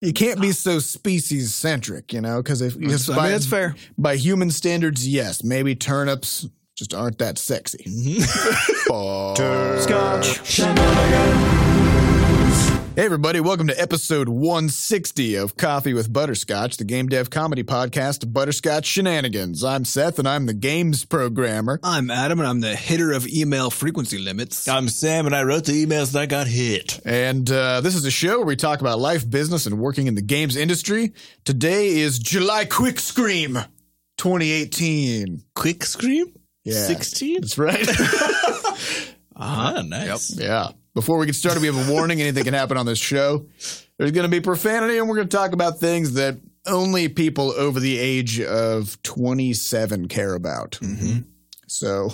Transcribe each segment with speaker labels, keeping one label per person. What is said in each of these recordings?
Speaker 1: you can't be so species centric, you know, because if
Speaker 2: That's-
Speaker 1: because
Speaker 2: I
Speaker 1: by,
Speaker 2: mean, that's fair.
Speaker 1: by human standards, yes, maybe turnips just aren't that sexy.
Speaker 2: Mm-hmm. Scotch.
Speaker 1: Hey, everybody, welcome to episode 160 of Coffee with Butterscotch, the game dev comedy podcast of Butterscotch Shenanigans. I'm Seth, and I'm the games programmer.
Speaker 2: I'm Adam, and I'm the hitter of email frequency limits.
Speaker 3: I'm Sam, and I wrote the emails and I got hit.
Speaker 1: And uh, this is a show where we talk about life, business, and working in the games industry. Today is July Quick Scream 2018.
Speaker 3: Quick scream?
Speaker 1: Yeah.
Speaker 3: 16?
Speaker 1: That's right.
Speaker 3: Ah, nice.
Speaker 1: yeah. Before we get started, we have a warning anything can happen on this show. There's going to be profanity, and we're going to talk about things that only people over the age of 27 care about.
Speaker 3: Mhm.
Speaker 1: So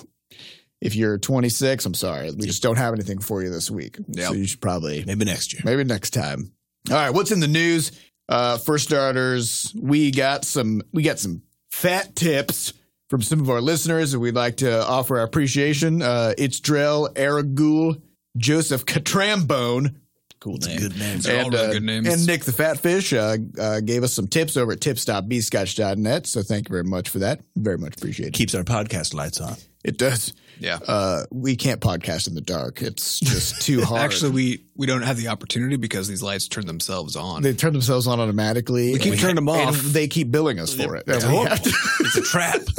Speaker 1: if you're 26, I'm sorry. We just don't have anything for you this week.
Speaker 2: Yep.
Speaker 1: So you should probably
Speaker 3: Maybe next year.
Speaker 1: Maybe next time. All right, what's in the news? Uh, for starters, we got some we got some fat tips from some of our listeners, and we'd like to offer our appreciation. Uh, it's Drell, Aragul, Joseph Catrambone,
Speaker 3: Cool
Speaker 2: It's a
Speaker 3: name.
Speaker 2: good
Speaker 3: name.
Speaker 2: They're all really
Speaker 1: uh,
Speaker 2: good names.
Speaker 1: and Nick the Fat Fish uh, uh, gave us some tips over at tips.bscotch.net. So thank you very much for that. Very much appreciated.
Speaker 3: Keeps our podcast lights on.
Speaker 1: It does.
Speaker 2: yeah.
Speaker 1: Uh, we can't podcast in the dark. It's just too hard.
Speaker 2: Actually, we, we don't have the opportunity because these lights turn themselves on.
Speaker 1: they turn themselves on automatically.
Speaker 2: We keep
Speaker 1: and-
Speaker 2: turning them
Speaker 1: and
Speaker 2: off.
Speaker 1: they keep billing us for it.
Speaker 3: It's
Speaker 1: And we
Speaker 3: horrible.
Speaker 1: have to-
Speaker 3: it's a trap.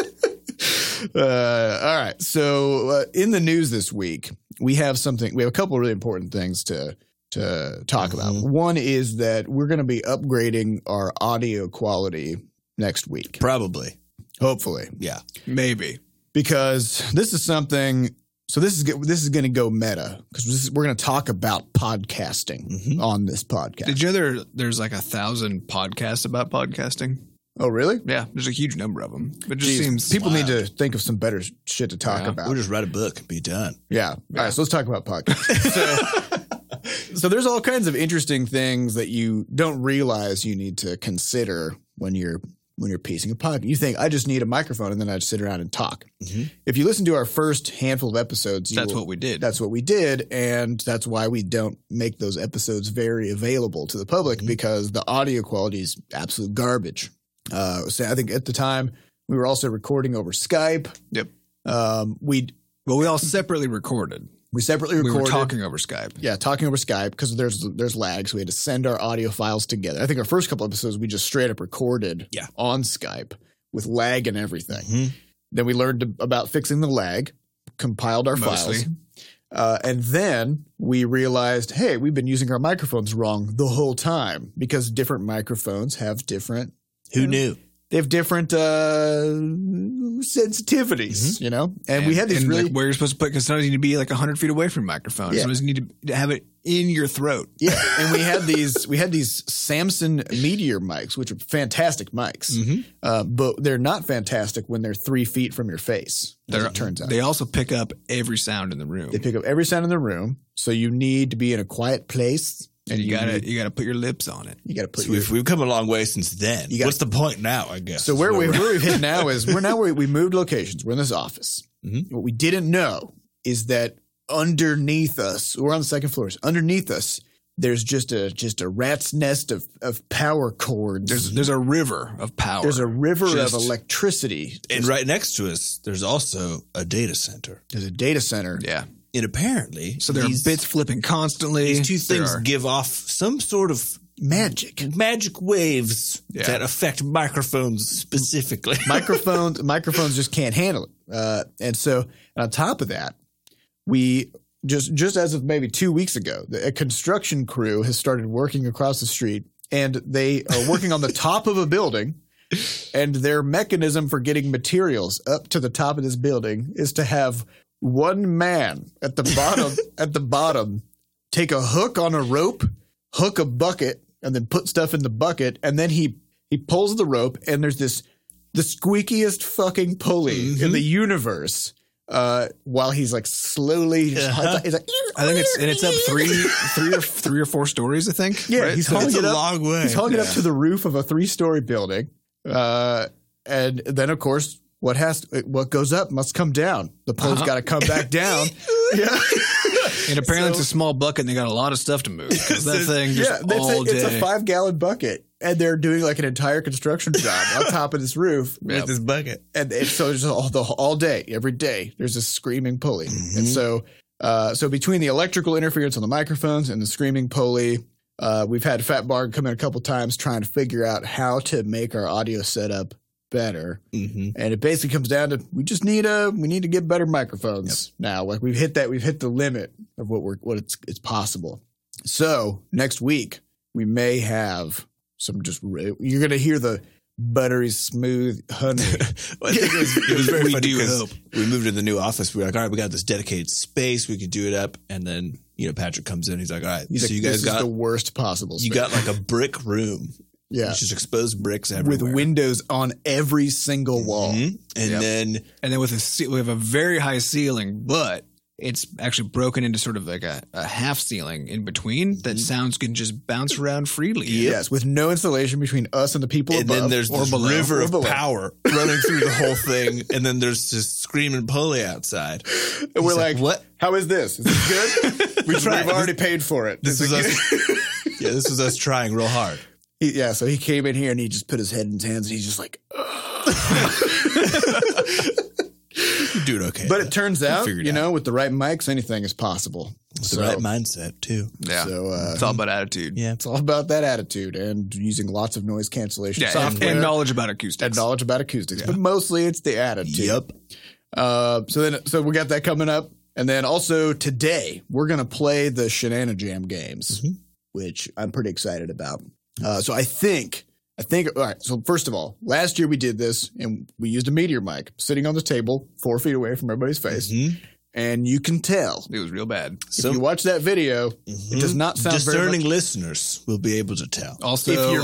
Speaker 1: uh, all right. So uh, in the news this week, we have something. We have a couple really important things to to talk
Speaker 3: Mhm.
Speaker 2: Mm-hmm.
Speaker 1: about. One is that we're going to be upgrading our audio quality next week,
Speaker 3: Probably.
Speaker 1: hopefully,
Speaker 3: Yeah.
Speaker 2: Maybe.
Speaker 1: because this is something. So this is go- this is going to go meta because we're going to talk about podcasting
Speaker 3: Mhm.
Speaker 1: on this podcast.
Speaker 2: Mm-hmm. Did you know there, there's like a thousand podcasts about podcasting?
Speaker 1: oh, really?
Speaker 2: Yeah, there's a huge number of them. It just
Speaker 1: Jeez,
Speaker 2: seems
Speaker 1: people need to
Speaker 3: wild.
Speaker 1: think of some better shit to talk
Speaker 2: Yeah.
Speaker 1: about.
Speaker 3: We'll just write a book and be done.
Speaker 1: Yeah. All right. So let's talk about podcasts. so, so there's all kinds of interesting things that you don't realize you need to consider when you're when you're piecing a pod. You think I just need a microphone and then I just sit around and talk.
Speaker 3: Mhm.
Speaker 1: If you listen to our first handful of episodes, you
Speaker 2: Mm-hmm. that's
Speaker 1: will-
Speaker 2: what we did.
Speaker 1: that's what we did, and that's why we don't make those episodes very available to the public
Speaker 2: Mm-hmm.
Speaker 3: Mhm.
Speaker 1: because the audio quality is absolute garbage. Uh, so I think at the time we were also recording over Skype.
Speaker 2: Yep.
Speaker 1: Um, we
Speaker 2: well, we all separately recorded.
Speaker 1: we separately
Speaker 2: We
Speaker 1: recorded.
Speaker 2: were talking over Skype.
Speaker 1: Yeah, talking over Skype because there's there's lags. We had to send our audio files together. I think our first couple episodes we just straight up recorded
Speaker 3: Yeah.
Speaker 1: on Skype with lag and everything.
Speaker 2: Mm-hmm.
Speaker 3: Mhm.
Speaker 1: Then we learned to- about fixing the lag, compiled our
Speaker 2: Mostly.
Speaker 1: files, uh, and then we realized, hey, we've been using our microphones wrong the whole time because different microphones have different
Speaker 3: Who knew?
Speaker 1: they have different uh, sensitivities, you know. And, we had these
Speaker 2: and,
Speaker 1: really
Speaker 2: like, where you're supposed to put because sometimes you need to be like hundred feet away from your microphone.
Speaker 1: Yeah.
Speaker 2: Sometimes you need to have it in your throat.
Speaker 1: Yeah, and we had these we had these Samson Meteor mics, which are fantastic mics,
Speaker 2: Mm.
Speaker 3: Mhm.
Speaker 2: Mm-hmm.
Speaker 1: uh, but they're not fantastic when they're three feet from your face. As
Speaker 2: They're-
Speaker 1: it turns out,
Speaker 2: They also pick up every sound in the room.
Speaker 1: they pick up every sound in the room, so you need to be in a quiet place,
Speaker 2: and you, gotta
Speaker 1: need-
Speaker 2: you gotta put your lips on it.
Speaker 1: you gotta put
Speaker 3: So
Speaker 1: your.
Speaker 3: we've, we've come a long way since then.
Speaker 1: You got-
Speaker 3: What's the point now, I guess?
Speaker 1: So
Speaker 3: is
Speaker 1: where,
Speaker 3: we're
Speaker 1: we,
Speaker 3: at.
Speaker 1: where we've hit now is we're now we we moved locations. We're in this office.
Speaker 2: Mm-hmm.
Speaker 3: Mhm.
Speaker 1: What we didn't know is that underneath us, we're on the second floors. Underneath us, there's just a just a rat's nest of of power cords.
Speaker 2: There's there's a river of power.
Speaker 1: There's a river
Speaker 2: Just-
Speaker 1: of electricity.
Speaker 3: And right next to us, there's also a data center.
Speaker 1: There's a data center.
Speaker 2: yeah.
Speaker 3: And apparently,
Speaker 2: So there
Speaker 3: these-
Speaker 2: are bits flipping constantly.
Speaker 3: These two
Speaker 2: There
Speaker 3: things
Speaker 2: are-
Speaker 3: give off some sort of
Speaker 1: Magic.
Speaker 3: magic waves
Speaker 2: Yeah.
Speaker 3: that affect microphones specifically.
Speaker 1: Microphones microphones just can't handle it. Uh, and so and on top of that, we just just as of maybe two weeks ago, the, a construction crew has started working across the street and they are working on the top of a building. And their mechanism for getting materials up to the top of this building is to have one man at the bottom at the bottom take a hook on a rope, hook a bucket, and then put stuff in the bucket, and then he he pulls the rope, and there's this the squeakiest fucking pulley in
Speaker 2: Mm-hmm.
Speaker 3: Mhm.
Speaker 1: the universe. Uh, while he's like slowly,
Speaker 3: Uh-huh.
Speaker 1: he's like,
Speaker 2: I think it's and it's up three three or three or four stories. I think.
Speaker 1: Yeah,
Speaker 2: right?
Speaker 1: he's
Speaker 2: So
Speaker 1: hauling
Speaker 2: it's
Speaker 1: it
Speaker 2: a
Speaker 1: up.
Speaker 2: lot-
Speaker 3: long way.
Speaker 1: He's hung it up
Speaker 2: Yeah.
Speaker 1: to the roof of a three-story building, uh, and then of course, what has what goes up must come down. The pole's
Speaker 2: Uh-huh.
Speaker 1: got to come back down. yeah,
Speaker 2: And
Speaker 1: So-
Speaker 2: apparently it's a small bucket and they got a lot of stuff to move. 'cause that thing just
Speaker 1: yeah, that's a,
Speaker 2: all
Speaker 1: it's
Speaker 2: day.
Speaker 1: a five gallon bucket, and they're doing like an entire construction job on top of this roof.
Speaker 2: Yeah.
Speaker 3: with this bucket.
Speaker 1: and it's so it's all the all day, every day. There's a screaming pulley,
Speaker 2: Mm-hmm.
Speaker 1: and
Speaker 3: Mhm.
Speaker 1: so uh, so between the electrical interference on the microphones and the screaming pulley, uh, we've had Fat Barg come in a couple times trying to figure out how to make our audio setup better.
Speaker 3: Mm-hmm.
Speaker 1: And it basically comes down to we just need a we need to get better microphones now. Like we've hit that we've hit the limit of what we're what it's it's possible. So next week we may have some just re- you're gonna hear the buttery smooth honey.
Speaker 3: Well, I think it was, it was very
Speaker 2: We
Speaker 3: funny
Speaker 2: do
Speaker 3: because
Speaker 2: hope.
Speaker 3: we moved to the new office. We were like, all right, we got this dedicated space. We could do it up. And then, you know, Patrick comes in. He's like, all right,
Speaker 1: He's
Speaker 3: so
Speaker 1: like,
Speaker 3: you
Speaker 1: this is
Speaker 3: guys got
Speaker 1: the worst possible.
Speaker 3: you
Speaker 1: space.
Speaker 3: got like a brick room.
Speaker 1: yeah,
Speaker 3: It's just exposed bricks
Speaker 1: with
Speaker 3: everywhere.
Speaker 1: windows on every single wall.
Speaker 3: Mhm. And
Speaker 1: Yep.
Speaker 3: then
Speaker 2: and then with a ce- we have a very high ceiling, but it's actually broken into sort of like a, a half ceiling in between
Speaker 1: Mm-hmm.
Speaker 2: that sounds can just bounce around freely.
Speaker 1: Yes, with no insulation between us and the people
Speaker 3: and
Speaker 1: above.
Speaker 3: then there's
Speaker 1: or
Speaker 3: this
Speaker 1: below,
Speaker 3: river
Speaker 1: or
Speaker 3: of
Speaker 1: below.
Speaker 3: power running through the whole thing, and then there's this screaming pulley outside.
Speaker 1: And we're
Speaker 3: He's
Speaker 1: like,
Speaker 3: what?
Speaker 1: How is this? Is this good? we
Speaker 3: tried.
Speaker 1: We've already paid for it.
Speaker 3: This is us. yeah, this is us trying real hard.
Speaker 1: He- yeah, so he came in here and he just put his head in his hands and he's just like.
Speaker 3: You do it okay.
Speaker 1: But it turns out,
Speaker 3: figured
Speaker 1: you
Speaker 3: out.
Speaker 1: know, with the right mics, anything is possible.
Speaker 3: it's
Speaker 1: so-
Speaker 3: the right mindset too.
Speaker 2: Yeah.
Speaker 1: So uh,
Speaker 2: it's all about attitude.
Speaker 3: Yeah.
Speaker 1: it's all about that attitude and using lots of noise cancellation
Speaker 2: Yeah, and,
Speaker 1: software
Speaker 2: and
Speaker 1: and,
Speaker 2: knowledge about acoustics.
Speaker 1: knowledge about acoustics, but mostly it's the attitude.
Speaker 3: Yep.
Speaker 1: Uh, so then, so we got that coming up, and then also today we're gonna play the Shenanigans Jam games,
Speaker 2: Mm-hmm.
Speaker 1: which I'm pretty excited about. Uh, so I think, I think, all right. So first of all, last year we did this, and we used a meteor mic sitting on the table, four feet away from everybody's face,
Speaker 2: Mm-hmm.
Speaker 3: Mhm.
Speaker 1: and you can tell
Speaker 2: It was real bad. Mm-hmm.
Speaker 1: if you
Speaker 3: So
Speaker 1: watch that video, it does not sound very
Speaker 3: Mm-hmm. discerning
Speaker 1: much,
Speaker 3: listeners will be able to tell.
Speaker 2: Also,
Speaker 1: if you're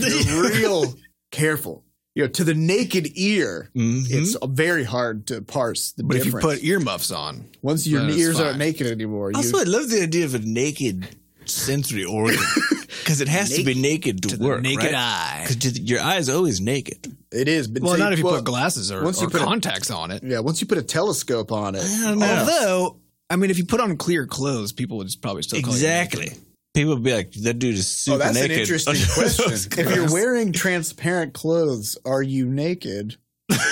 Speaker 1: real, if you're real careful. You know, to the naked ear,
Speaker 3: Mhm.
Speaker 1: it's very hard to parse the
Speaker 2: Mm-hmm. but if you
Speaker 1: difference.
Speaker 2: put earmuffs on,
Speaker 1: Once your
Speaker 2: Then it's
Speaker 1: ears
Speaker 2: fine.
Speaker 1: aren't naked anymore, you,
Speaker 3: also, I love the idea of a naked sensory organ because it has to be naked to,
Speaker 2: to
Speaker 3: work.
Speaker 2: the
Speaker 3: right?
Speaker 2: naked eye.
Speaker 3: 'Cause to- your eye is always naked.
Speaker 1: it is. But
Speaker 2: Well,
Speaker 1: see-
Speaker 2: not if you
Speaker 1: well,
Speaker 2: put glasses or,
Speaker 1: once you
Speaker 2: or
Speaker 1: put a-
Speaker 2: contacts on it.
Speaker 1: Yeah, once you put a telescope on it,
Speaker 3: I don't know.
Speaker 2: Although, I mean, if you put on clear clothes, people would probably still call you
Speaker 3: Exactly. People would be like, that dude is super
Speaker 1: oh, that's
Speaker 3: naked.
Speaker 1: an interesting question. if you're wearing transparent clothes, are you naked?
Speaker 2: naked.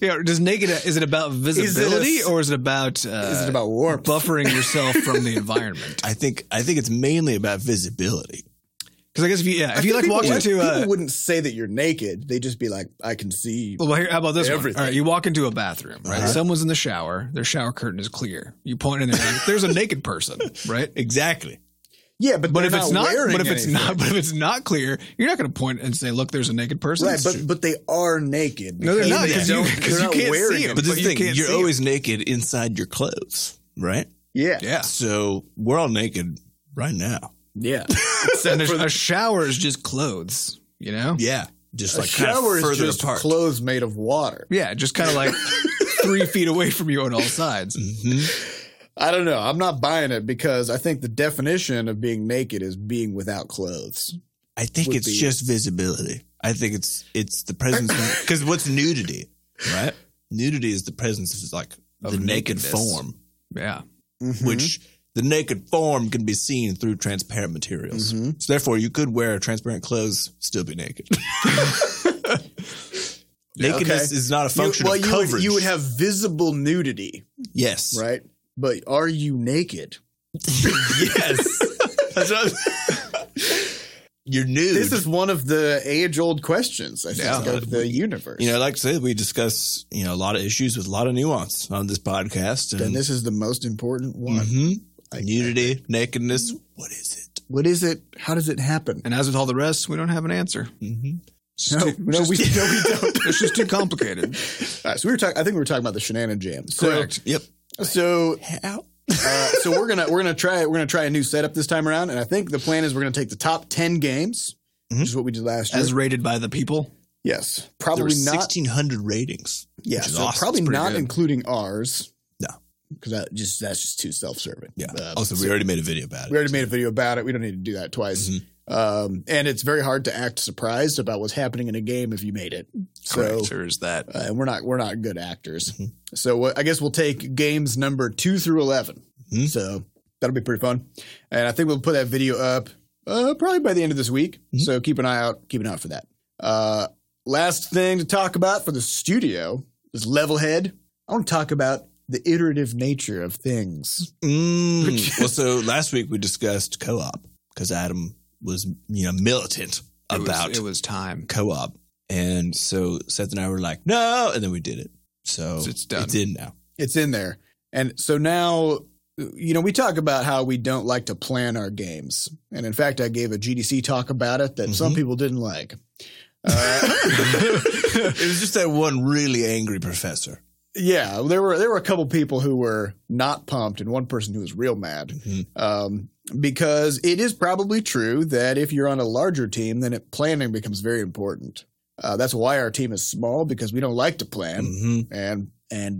Speaker 2: Yeah, does naked uh, is it about visibility
Speaker 1: s-
Speaker 2: or is it about uh,
Speaker 1: Is it about warmth?
Speaker 2: buffering yourself from the environment?
Speaker 3: I think I think it's mainly about visibility.
Speaker 2: Because I guess if you yeah,
Speaker 1: I
Speaker 2: if you
Speaker 1: think
Speaker 2: like
Speaker 1: people
Speaker 2: walk
Speaker 1: would-
Speaker 2: into
Speaker 1: people
Speaker 2: uh,
Speaker 1: wouldn't say that you're naked. They just be like, I can see.
Speaker 2: well, here, how about this
Speaker 1: Everything.
Speaker 2: one? All right, you walk into a bathroom, right?
Speaker 3: Uh-huh.
Speaker 2: Someone's in the shower. Their shower curtain is clear. You point in there. like, There's a naked person, right?
Speaker 3: Exactly.
Speaker 1: yeah, but
Speaker 2: But
Speaker 1: they're
Speaker 2: if it's not,
Speaker 1: wearing
Speaker 2: but if it's
Speaker 1: anything.
Speaker 2: not, but if it's not clear, you're not going to point and say, "Look, there's a naked person."
Speaker 1: right, but but they are naked.
Speaker 2: No, they're
Speaker 1: because
Speaker 2: not,
Speaker 1: they
Speaker 2: 'cause
Speaker 1: don't-
Speaker 2: you- 'cause
Speaker 1: they're
Speaker 2: you
Speaker 1: not
Speaker 2: can't
Speaker 1: wearing
Speaker 2: see 'em.
Speaker 1: it.
Speaker 3: But this
Speaker 2: But
Speaker 3: is
Speaker 2: you
Speaker 3: the thing,
Speaker 2: can't
Speaker 3: you're
Speaker 2: see
Speaker 3: always naked inside your clothes, right?
Speaker 1: Yeah,
Speaker 2: yeah,
Speaker 3: So we're all naked right now.
Speaker 1: yeah.
Speaker 2: and a, a shower is just clothes, you know?
Speaker 3: Yeah. Just
Speaker 1: A
Speaker 3: like kind
Speaker 1: shower
Speaker 3: of
Speaker 1: is
Speaker 3: further
Speaker 1: just
Speaker 3: apart.
Speaker 1: clothes made of water.
Speaker 2: Yeah, just kind of like three feet away from you on all sides.
Speaker 3: Mhm.
Speaker 1: I don't know. I'm not buying it because I think the definition of being naked is being without clothes.
Speaker 3: I think
Speaker 1: Would
Speaker 3: it's
Speaker 1: be-
Speaker 3: just visibility. I think it's it's the presence because what's nudity, right? Nudity is the presence of like
Speaker 2: Of
Speaker 3: the naked
Speaker 2: nakedness. Mm-hmm.
Speaker 3: form,
Speaker 2: Yeah.
Speaker 1: Mm-hmm.
Speaker 3: which the naked form can be seen through transparent materials.
Speaker 1: Mhm.
Speaker 3: So therefore, you could wear transparent clothes, still be naked. Nakedness
Speaker 1: okay.
Speaker 3: is not a
Speaker 1: You-
Speaker 3: function
Speaker 1: well,
Speaker 3: of
Speaker 1: you
Speaker 3: coverage.
Speaker 1: Would, you would have visible nudity,
Speaker 3: yes,
Speaker 1: right? But are you naked?
Speaker 3: yes. That's what I'm- You're nude.
Speaker 1: This is one of the age-old questions, I think,
Speaker 2: Yeah.
Speaker 1: of the universe.
Speaker 3: you know, like I said, we discuss you know a lot of issues with a lot of nuance on this podcast, and,
Speaker 1: and this is the most important one. mm-hmm.
Speaker 3: Mhm.
Speaker 1: I-
Speaker 3: nudity, nakedness. What is it?
Speaker 1: What is it? How does it happen?
Speaker 2: And as with all the rest, we don't have an answer.
Speaker 3: Mm-hmm.
Speaker 1: No, no, we, no, we don't.
Speaker 2: It's just too complicated.
Speaker 1: All right, so we were talking. I think we were talking about the Shenanigan Jam. So,
Speaker 2: Correct.
Speaker 3: Yep.
Speaker 1: So,
Speaker 3: How?
Speaker 1: uh, so we're gonna we're gonna try we're gonna try a new setup this time around, and I think the plan is we're gonna take the top ten games, which is what we did last year.
Speaker 2: As rated by the people.
Speaker 1: yes,
Speaker 3: There were
Speaker 1: probably not.
Speaker 3: sixteen hundred ratings.
Speaker 1: Yeah,
Speaker 3: which is
Speaker 1: so
Speaker 3: awesome.
Speaker 1: probably
Speaker 3: It's pretty
Speaker 1: not
Speaker 3: good.
Speaker 1: including ours.
Speaker 3: No.
Speaker 1: because that just that's just too self-serving.
Speaker 3: Yeah.
Speaker 1: Uh,
Speaker 3: also, Oh, we already made a video about it.
Speaker 1: we already made a video about it. We don't need to do that twice.
Speaker 3: Mhm.
Speaker 1: Um, and it's very hard to act surprised about what's happening in a game if you made it. So
Speaker 2: Correct. Or is that?
Speaker 1: uh, and we're not we're not good actors. So uh, I guess we'll take games number two through eleven.
Speaker 3: Hmm.
Speaker 1: So that'll be pretty fun. And I think we'll put that video up uh, probably by the end of this week.
Speaker 3: Mhm.
Speaker 1: So keep an eye out. Keep an eye out for that. Uh, last thing to talk about for the studio is level head. I want to talk about the iterative nature of things.
Speaker 3: Mm. well, so last week we discussed co-op because Adam was you know militant
Speaker 2: It was-
Speaker 3: about
Speaker 2: it was time.
Speaker 3: co-op, and so Seth and I were like, no, and then we did it. So
Speaker 2: So it's done.
Speaker 3: It's in now.
Speaker 1: It's in there. And so now, you know, we talk about how we don't like to plan our games. And in fact, I gave a GDC talk about it that some
Speaker 3: Mhm.
Speaker 1: people didn't like. Uh,
Speaker 3: it was just that one really angry professor.
Speaker 1: yeah, there were there were a couple people who were not pumped, and one person who was real mad
Speaker 3: Mhm.
Speaker 1: um, because it is probably true that if you're on a larger team, then it, planning becomes very important. Uh, that's why our team is small because we don't like to plan.
Speaker 3: Mhm.
Speaker 1: and and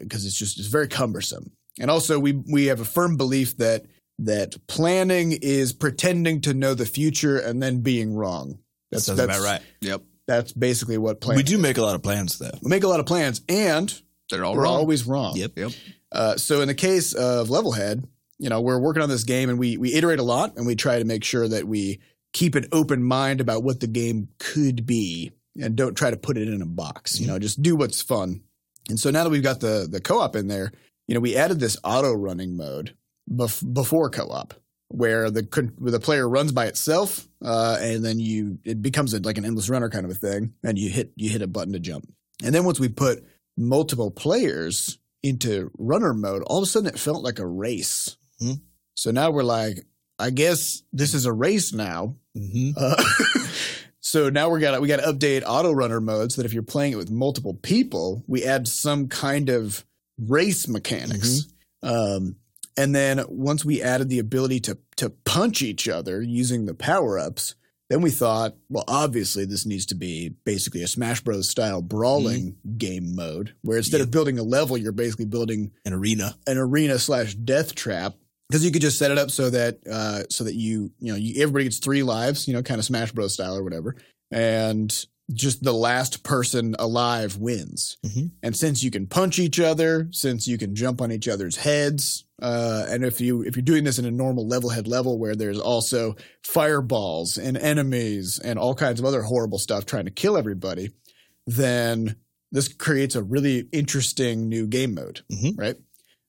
Speaker 1: because it's just it's very cumbersome. And also, we we have a firm belief that that planning is pretending to know the future and then being wrong. That's
Speaker 3: Sounds
Speaker 1: that's
Speaker 3: about right.
Speaker 2: Yep,
Speaker 1: That's basically what planning.
Speaker 3: We do make a lot of plans though.
Speaker 1: we make a lot of plans, and
Speaker 2: they're all
Speaker 1: we're
Speaker 2: wrong.
Speaker 1: always wrong.
Speaker 3: Yep.
Speaker 2: Yep.
Speaker 1: Uh, so in the case of Levelhead, you know, we're working on this game and we we iterate a lot and we try to make sure that we keep an open mind about what the game could be and don't try to put it in a box.
Speaker 2: Mm-hmm.
Speaker 1: You know, just do what's fun. And so now that we've got the the co-op in there, you know, we added this auto running mode bef- before co-op where the con- where the player runs by itself uh, and then you it becomes a, like an endless runner kind of a thing and you hit you hit a button to jump. And then once we put multiple players into runner mode, all of a sudden it felt like a race.
Speaker 3: Hmm.
Speaker 1: So now we're like, I guess this is a race now.
Speaker 3: Mm-hmm.
Speaker 1: Uh, so now we got we got to update auto runner mode so that if you're playing it with multiple people, we add some kind of race mechanics. Um, and then once we added the ability to to punch each other using the power ups, then we thought, well, obviously this needs to be basically a Smash Bros. style brawling game mode, where instead of building a level, you're basically building
Speaker 3: An arena.
Speaker 1: an arena slash death trap because you could just set it up so that uh, so that you you know you, everybody gets three lives, you know, kind of Smash Bros style or whatever, and just the last person alive wins.
Speaker 3: Mhm.
Speaker 1: And since you can punch each other, since you can jump on each other's heads, uh, and if you if you're doing this in a normal level head level where there's also fireballs and enemies and all kinds of other horrible stuff trying to kill everybody, then this creates a really interesting new game mode,
Speaker 3: Mhm.
Speaker 1: right?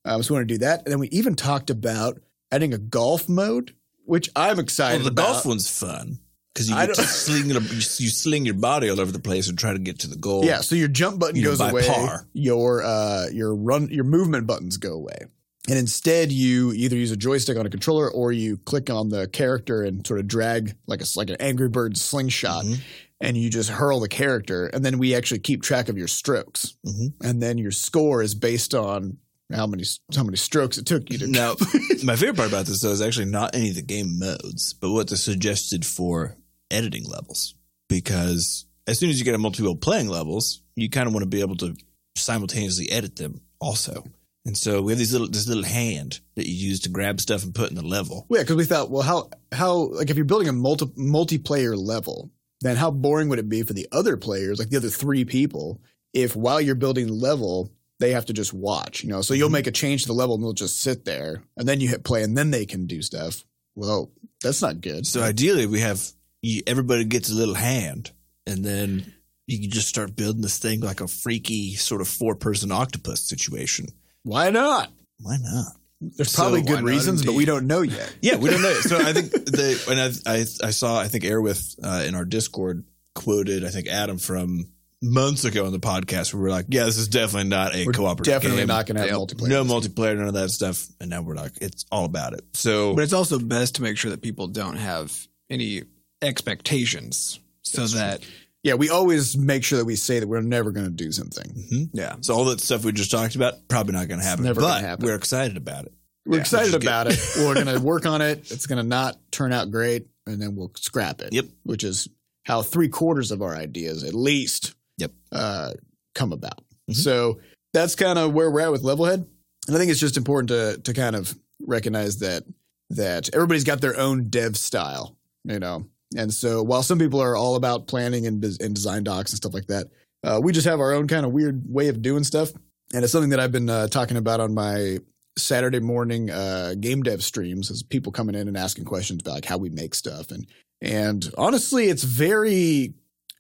Speaker 1: Um, so we want to do that, and then we even talked about adding a golf mode, which I'm excited
Speaker 3: Well, the
Speaker 1: about.
Speaker 3: golf one's fun because you
Speaker 1: I
Speaker 3: get to
Speaker 1: don't-
Speaker 3: sling it, you sling your body all over the place and try to get to the goal.
Speaker 1: Yeah, so your jump button
Speaker 3: You know,
Speaker 1: goes
Speaker 3: by
Speaker 1: away.
Speaker 3: par.
Speaker 1: Your uh, your run your movement buttons go away. And instead you either use a joystick on a controller or you click on the character and sort of drag like a like an Angry Bird slingshot
Speaker 3: Mhm.
Speaker 1: and you just hurl the character and then we actually keep track of your strokes.
Speaker 3: Mhm.
Speaker 1: And then your score is based on how many how many strokes it took you to
Speaker 3: Now, my favorite part about this though is actually not any of the game modes, but what they suggested for editing levels. Because as soon as you get a multiple playing levels, you kind of want to be able to simultaneously edit them also. And so we have these little this little hand that you use to grab stuff and put in the level.
Speaker 1: Well, yeah, because we thought, well, how how like if you're building a multi multiplayer level, then how boring would it be for the other players, like the other three people, if while you're building the level, they have to just watch, you know? So you'll
Speaker 3: Mhm.
Speaker 1: make a change to the level and they'll just sit there, and then you hit play, and then they can do stuff. Well, that's not good.
Speaker 3: So ideally, we have you, everybody gets a little hand, and then you can just start building this thing like a freaky sort of four person octopus situation.
Speaker 1: why not?
Speaker 3: Why not?
Speaker 1: There's
Speaker 3: So
Speaker 1: probably
Speaker 3: why
Speaker 1: good
Speaker 2: not
Speaker 1: reasons, but we don't know yet.
Speaker 3: Yeah, we don't know. So I think the and I I, I saw I think Airwith uh, in our Discord quoted I think Adam from months ago on the podcast where we are like, yeah, this is definitely not a
Speaker 1: We're
Speaker 3: cooperative
Speaker 1: definitely
Speaker 3: game.
Speaker 1: not going to have
Speaker 2: Yep.
Speaker 1: multiplayer.
Speaker 3: no multiplayer, none of that stuff. And now we're like, it's all about it. So
Speaker 2: But it's also best to make sure that people don't have any expectations, so that
Speaker 1: Yeah, we always make sure that we say that we're never going to do something.
Speaker 3: Mhm.
Speaker 2: yeah,
Speaker 3: so all that stuff we just talked about probably not going to happen.
Speaker 1: never gonna
Speaker 3: but
Speaker 1: happen.
Speaker 3: we're excited about it.
Speaker 1: We're
Speaker 2: Yeah,
Speaker 1: excited
Speaker 3: which is good.
Speaker 1: about it. We're going to work on it. It's going to not turn out great, and then we'll scrap it.
Speaker 3: Yep.
Speaker 1: Which is how three quarters of our ideas, at least,
Speaker 3: Yep.
Speaker 1: uh, come about.
Speaker 3: Mhm.
Speaker 1: So that's kind of where we're at with Levelhead, and I think it's just important to to kind of recognize that that everybody's got their own dev style, you know. And so while some people are all about planning and, des- and design docs and stuff like that, uh, we just have our own kind of weird way of doing stuff, and it's something that I've been uh, talking about on my Saturday morning uh, game dev streams is people coming in and asking questions about like how we make stuff and and honestly, it's very.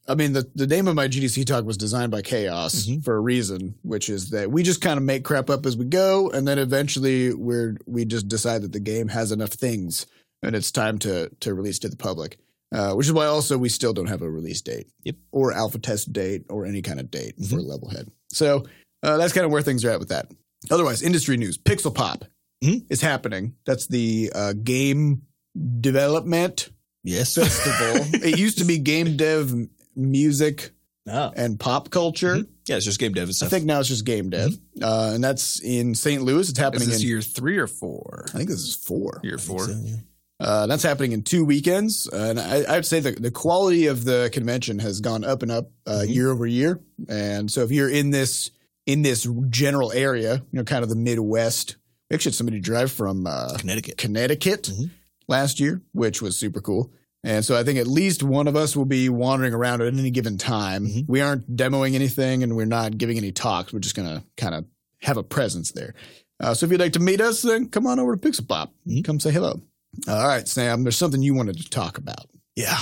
Speaker 1: I mean, the, the name of my GDC talk was designed by Chaos
Speaker 3: Mhm.
Speaker 1: for a reason, which is that we just kind of make crap up as we go, and then eventually we're we just decide that the game has enough things and it's time to to release to the public. Uh, which is why also we still don't have a release date,
Speaker 3: Yep.
Speaker 1: or alpha test date, or any kind of date for Levelhead. So uh, that's kind of where things are at with that. Otherwise, industry news: Pixel Pop
Speaker 2: Hmm?
Speaker 3: Mhm.
Speaker 1: is happening. That's the uh, game development
Speaker 3: Yes.
Speaker 1: festival. it used to be game dev m- music
Speaker 3: Ah.
Speaker 1: and pop culture.
Speaker 3: Mm-hmm.
Speaker 2: Mm-hmm.
Speaker 3: Yeah, it's just game dev and
Speaker 1: I
Speaker 3: stuff.
Speaker 1: think now it's just game dev, uh, and that's in St. Louis. It's
Speaker 2: Is
Speaker 1: happening
Speaker 2: this
Speaker 1: in.
Speaker 2: year three or four?
Speaker 1: I think this is four.
Speaker 2: Year
Speaker 3: I think
Speaker 2: four.
Speaker 3: so, yeah.
Speaker 1: Uh, that's happening in two weekends, uh, and I, I'd say the, the quality of the convention has gone up and up uh,
Speaker 3: Mhm.
Speaker 1: year over year. And so, if you're in this in this general area, you know, kind of the Midwest, we actually had somebody drive from uh,
Speaker 3: Connecticut.
Speaker 1: Connecticut
Speaker 3: Mhm.
Speaker 1: last year, which was super cool. And so, I think at least one of us will be wandering around at any given time.
Speaker 3: Mhm.
Speaker 1: We aren't demoing anything, and we're not giving any talks. We're just gonna kind of have a presence there. Uh, so, if you'd like to meet us, then come on over to Pixel Pop.
Speaker 3: Mhm.
Speaker 1: Come say hello. All right, Sam, there's something you wanted to talk about.
Speaker 3: Yeah.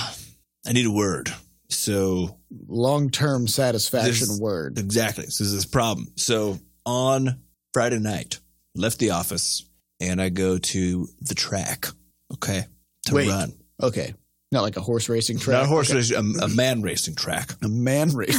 Speaker 3: I need a word. So
Speaker 1: Long term satisfaction
Speaker 3: This-
Speaker 1: word.
Speaker 3: Exactly. So this is a problem. So on Friday night, left the office and I go to the track. Okay. To
Speaker 1: Wait.
Speaker 3: run.
Speaker 1: Okay. Not like a horse racing track.
Speaker 3: Not a horse
Speaker 1: Okay.
Speaker 3: racing, a, a man racing track.
Speaker 1: A man race.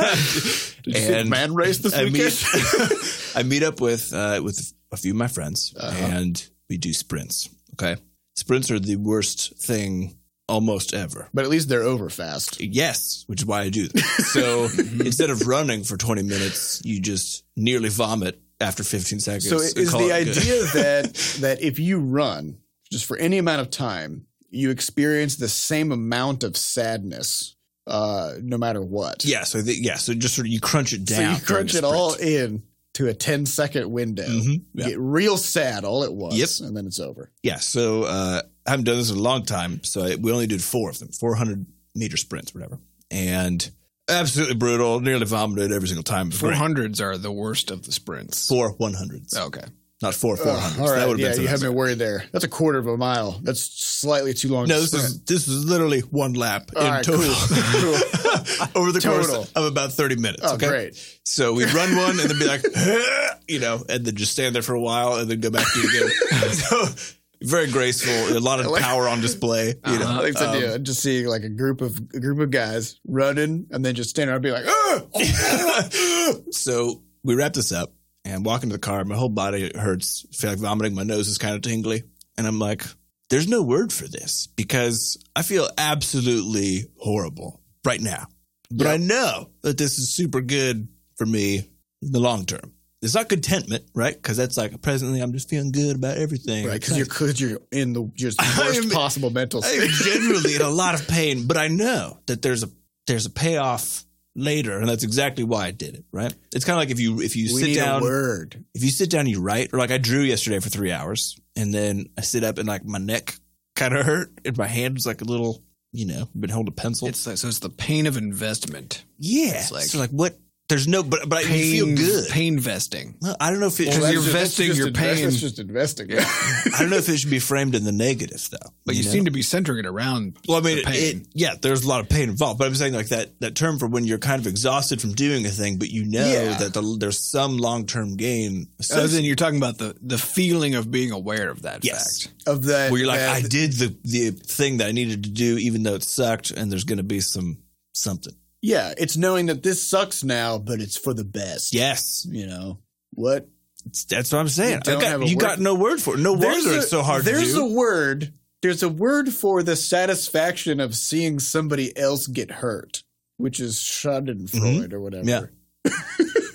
Speaker 1: Did you see
Speaker 3: And
Speaker 1: man race this
Speaker 3: I
Speaker 1: weekend?
Speaker 3: meet, I meet up with uh, with a few of my friends,
Speaker 1: Uh-huh.
Speaker 3: and we do sprints. Okay, sprints are the worst thing almost ever.
Speaker 1: but at least they're over fast.
Speaker 3: Yes, which is why I do them. So instead of running for twenty minutes, you just nearly vomit after fifteen seconds.
Speaker 1: So
Speaker 3: and
Speaker 1: is
Speaker 3: call
Speaker 1: the
Speaker 3: it good.
Speaker 1: idea that that if you run just for any amount of time, you experience the same amount of sadness uh, no matter what.
Speaker 3: Yeah. So the, yeah. So just sort of you crunch it
Speaker 1: So
Speaker 3: down.
Speaker 1: you crunch it all in to a 10 second window.
Speaker 3: hmm Yeah.
Speaker 1: Get real sad all at once,
Speaker 3: Yep.
Speaker 1: and then it's over.
Speaker 3: Yeah. So uh, I haven't done this in a long time. So I, we only did four of them, 400 meter sprints, whatever. And absolutely brutal. Nearly vomited every single time.
Speaker 2: Four hundreds are the worst of the sprints.
Speaker 3: Four 100s.
Speaker 2: Okay.
Speaker 3: Not four
Speaker 1: Ugh,
Speaker 3: 400s.
Speaker 1: Oh. all right,
Speaker 3: that would
Speaker 1: yeah,
Speaker 3: have
Speaker 1: you
Speaker 3: been
Speaker 1: have me
Speaker 3: something.
Speaker 1: worried there. That's a quarter of a mile. That's slightly too long.
Speaker 3: No,
Speaker 1: to
Speaker 3: this
Speaker 1: sprint.
Speaker 3: is this is literally one lap
Speaker 1: Oh, All
Speaker 3: in
Speaker 1: right,
Speaker 3: total
Speaker 1: cool.
Speaker 3: over the
Speaker 1: Total.
Speaker 3: course of about thirty minutes.
Speaker 1: oh,
Speaker 3: okay,
Speaker 1: great.
Speaker 3: so we run one and then be like, you know, and then just stand there for a while and then go back to it again. so very graceful, a lot of
Speaker 1: like-
Speaker 3: power on display. You know,
Speaker 2: Uh-huh.
Speaker 1: I like the
Speaker 3: Um,
Speaker 1: idea of just seeing like a group of a group of guys running and then just standing around and be like, oh,
Speaker 3: so we wrap this up and walk into the car. My whole body hurts. I feel like vomiting. My nose is kind of tingly. And I'm like, there's no word for this because I feel absolutely horrible right now. But I know that this is super good for me in the long term. It's not contentment, right? Because that's like presently I'm just feeling good about everything.
Speaker 1: right, because you're because you're in the just the
Speaker 3: I
Speaker 1: worst
Speaker 3: am-
Speaker 1: possible mental
Speaker 3: I am
Speaker 1: state.
Speaker 3: generally in a lot of pain, but I know that there's a there's a payoff later, and that's exactly why I did it. Right? It's kind of like if you if you
Speaker 1: we
Speaker 3: sit
Speaker 1: need
Speaker 3: down
Speaker 1: a word.
Speaker 3: if you sit down, you write, or like I drew yesterday for three hours, and then I sit up and like my neck kind of hurt, and my hand was like a little, you know, been holding a pencil.
Speaker 2: It's like, so it's the pain of investment.
Speaker 3: yeah,
Speaker 2: it's like-
Speaker 3: so like what? There's no, but but I
Speaker 2: Pain,
Speaker 3: you feel good.
Speaker 2: Pain vesting.
Speaker 3: Well, I don't know if it.
Speaker 2: Well,
Speaker 1: That's
Speaker 2: you're
Speaker 1: just- that's
Speaker 2: vesting
Speaker 1: just
Speaker 2: your
Speaker 1: invest-
Speaker 2: pain.
Speaker 1: That's just investing.
Speaker 3: I don't know if it should be framed in the negative though.
Speaker 2: But you,
Speaker 3: know?
Speaker 2: seem to be centering it around.
Speaker 3: Well, I mean,
Speaker 2: the pain.
Speaker 3: It, yeah, there's a lot of pain involved, but I'm saying like that that term for when you're kind of exhausted from doing a thing, but you know
Speaker 1: Yeah.
Speaker 3: that the, there's some long term gain.
Speaker 2: So then you're talking about the, the feeling of being aware of that
Speaker 3: Yes.
Speaker 2: fact.
Speaker 1: Of that,
Speaker 3: where you're like,
Speaker 1: that-
Speaker 3: I did the the thing that I needed to do, even though it sucked, and there's going to be some something.
Speaker 1: yeah, it's knowing that this sucks now, but it's for the best.
Speaker 3: Yes,
Speaker 1: you know what?
Speaker 3: It's- that's what I'm
Speaker 1: You
Speaker 3: saying.
Speaker 1: don't
Speaker 3: I got-
Speaker 1: have a
Speaker 3: you
Speaker 1: word-
Speaker 3: got no word for it. No
Speaker 1: There's
Speaker 3: wonder
Speaker 1: a-
Speaker 3: it's so hard to
Speaker 1: There's a
Speaker 3: do.
Speaker 1: word. There's a word for the satisfaction of seeing somebody else get hurt, which is Schadenfreude or whatever.
Speaker 3: Mm-hmm. Yeah.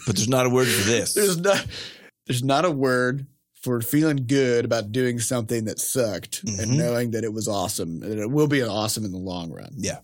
Speaker 3: but there's not a word for this.
Speaker 1: There's not. There's not a word for feeling good about doing something that sucked
Speaker 3: Mhm.
Speaker 1: and knowing that it was awesome and it will be awesome in the long run.
Speaker 3: Yeah.